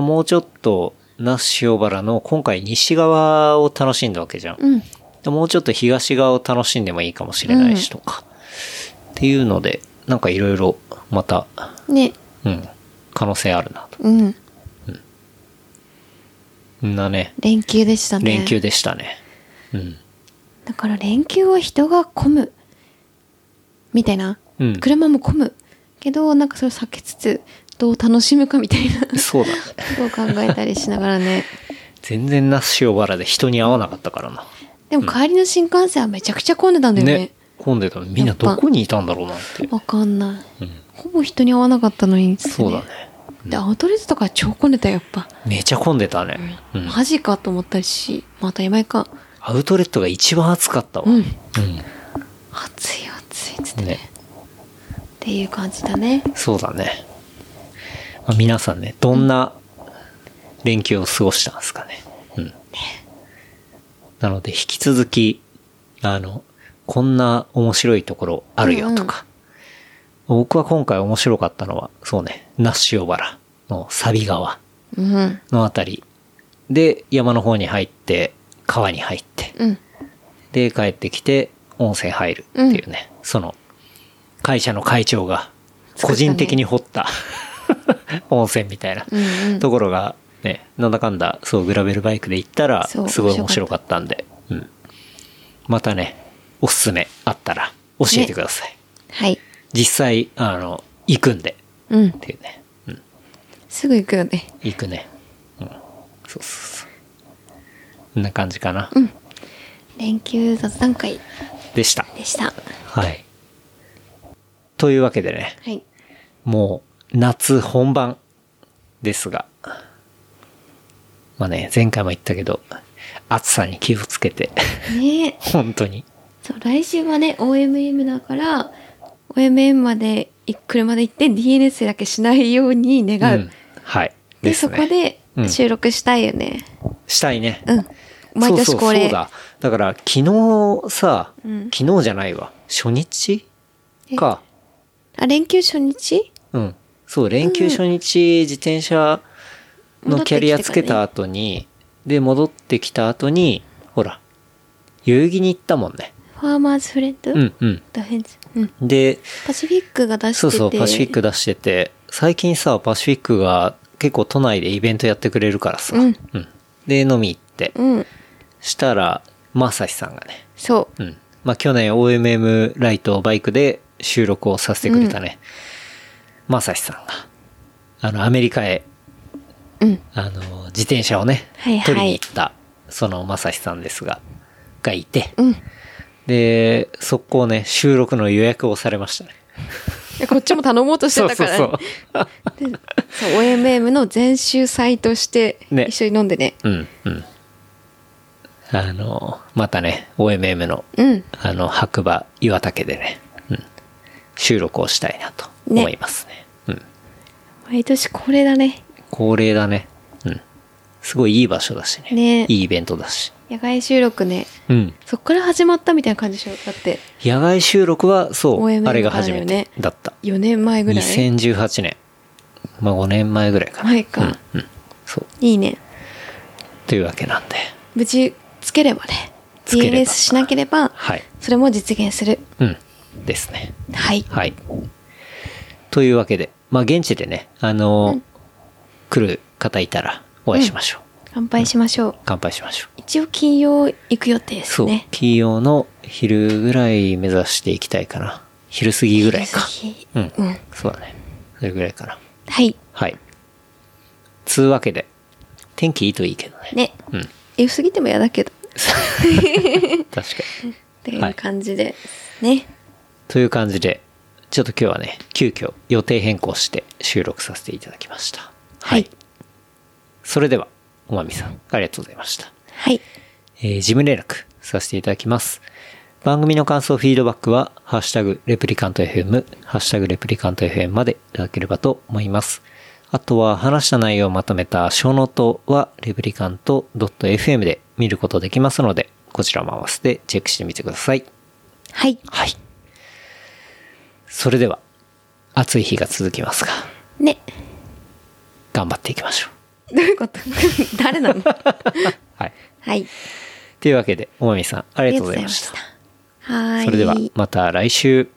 まあ、んもうちょっと那須塩原の今回西側を楽しんだわけじゃん、うんでもうちょっと東側を楽しんでもいいかもしれないしとか、っていうのでなんかいろいろまた、ねうん、可能性あるなとうんそんなね連休でしたね連休でしたねうんだから連休は人が混むみたいな、うん車も混むけどなんかそれを避けつつどう楽しむかみたい なこそうだねとを考えたりしながらね全然那須塩原で人に会わなかったからなででも帰りの新幹線はめちゃくちゃ混んでたんだよね。混んでたみんなどこにいたんだろうなって。わ、かんなうい。んほぼ人に会わなかったのに、そうだね。。で、アウトレットとか超混んでたよ、やっぱ。めちゃ混んでたね。うんマジかと思ったし、また今井か。アウトレットが一番暑かったわ。うんう暑い暑いっつってん。ね。ね。っていう感じだね。そうだね。まあ皆さんね、どんな連休を過ごしたんですかね。うん。なので、引き続き、あの、こんな面白いところあるよとか。僕は今回面白かったのは、そうね、那須塩原のサビ川うん。のあたりで山の方に入って、川に入って、うん。で、帰ってきて、温泉入るっていうね、その、会社の会長が、個作ったね人的に掘 った、温泉みたいなうんうんところが、ね、なんだかんだ、そう、グラベルバイクで行ったら、そうすごい面白かったんで、うん。またね、おすすめあったら、教えてください。はい。実際、あの、行くんで、うんっ。ていうね。うん。すぐ行くよね。行くね。うん。そうそうそう。こんな感じかな。連休雑談会でした。でした。ははい。というわけでね、い。もう夏本番ですが、まあね、前回も言ったけど、暑さに気をつけて、 ねえ。本当に。そう、来週はね、OMM だから、OMM までい車で行って DNS だけしないように願う。うんはい。でですそねこでうん収録したいよね。したいね。うん。毎そ年うそ恒うそ例。うだ。だから昨日さ、うん昨日じゃないわ。初日えか。あ、連休初日うん。そう、連休初日、自転車のキャリアつけた戻後に、で、戻ってきた後に、ほら、代々木に行ったもんね。ファーマーズフレンド、うんうん。ダフェンズ。うん。で、パシフィックが出してて。そうそう、パシフィック出してて、最近さ、パシフィックが結構都内でイベントやってくれるからさ、うんで、飲み行って、うん。したら、まさしさんがね、そうん。まあ、去年 OMM ライトバイクで収録をさせてくれたね。まさしさんが、あの、アメリカへ、う。うん。あの、自転車をね、はいはい取りに行った、そのまさしさんですが、がいて、うん。で、速攻ね、収録の予約をされましたね。えこっちも頼もうとしてそうたかそうら。そう。でそう OMM の全集祭として、ね一緒に飲んでね。うん、うん。あの、またね、OMM の、うん。あの、白馬岩竹でね、うん、収録をしたいなと思いますねうん。毎年恒例だね。恒例だね。うん。すごいいい場所だしね。ねいいイベントだし。野外収録ね。うん。そっから始まったみたいな感じでしょだって、野外収録は、そう、 OMM あれが初めからだよてねだった。 4年前ぐらい。 2018年。まあ5年前ぐらいかな。前かうん。うん。そう。いいね。というわけなんで。無事、つければね。つければ DNS しなければ、はい。それも実現する。うん。ですね。はい。はい。というわけで、まあ現地でね、あのー来る方いたらお会いしましょう。乾杯しましょう。乾杯しましょう。一応金曜行く予定ですそう。ね。金曜の昼ぐらい目指していきたいかな。昼過ぎぐらいか。日うん。うん。そうだね。それぐらいかな。はい。はい。つうわけで、天気いいといいけどね。ね。うん。良すぎても嫌 だけど。確かに。っていう感じで。ね。という感じで、ちょっと今日はね、急遽予定変更して収録させていただきました。はい。それでは、おまみさん、ありがとうございました。はい。えー事務連絡させていただきます。番組の感想、フィードバックは、ハッシュタグ、レプリカント FM、ハッシュタグ、レプリカント FM までいただければと思います。あとは、話した内容をまとめた小ノートは、レプリカント .fm で見ることできますので、こちらも合わせてチェックしてみてください。はい。はい。それでは、暑い日が続きますが、ね。頑張っていきましょどういうこと 誰なのう。はい。はい。というわけで、おまみさん、あありがとうございました。りがとうございました。はーい。それでは、また来週。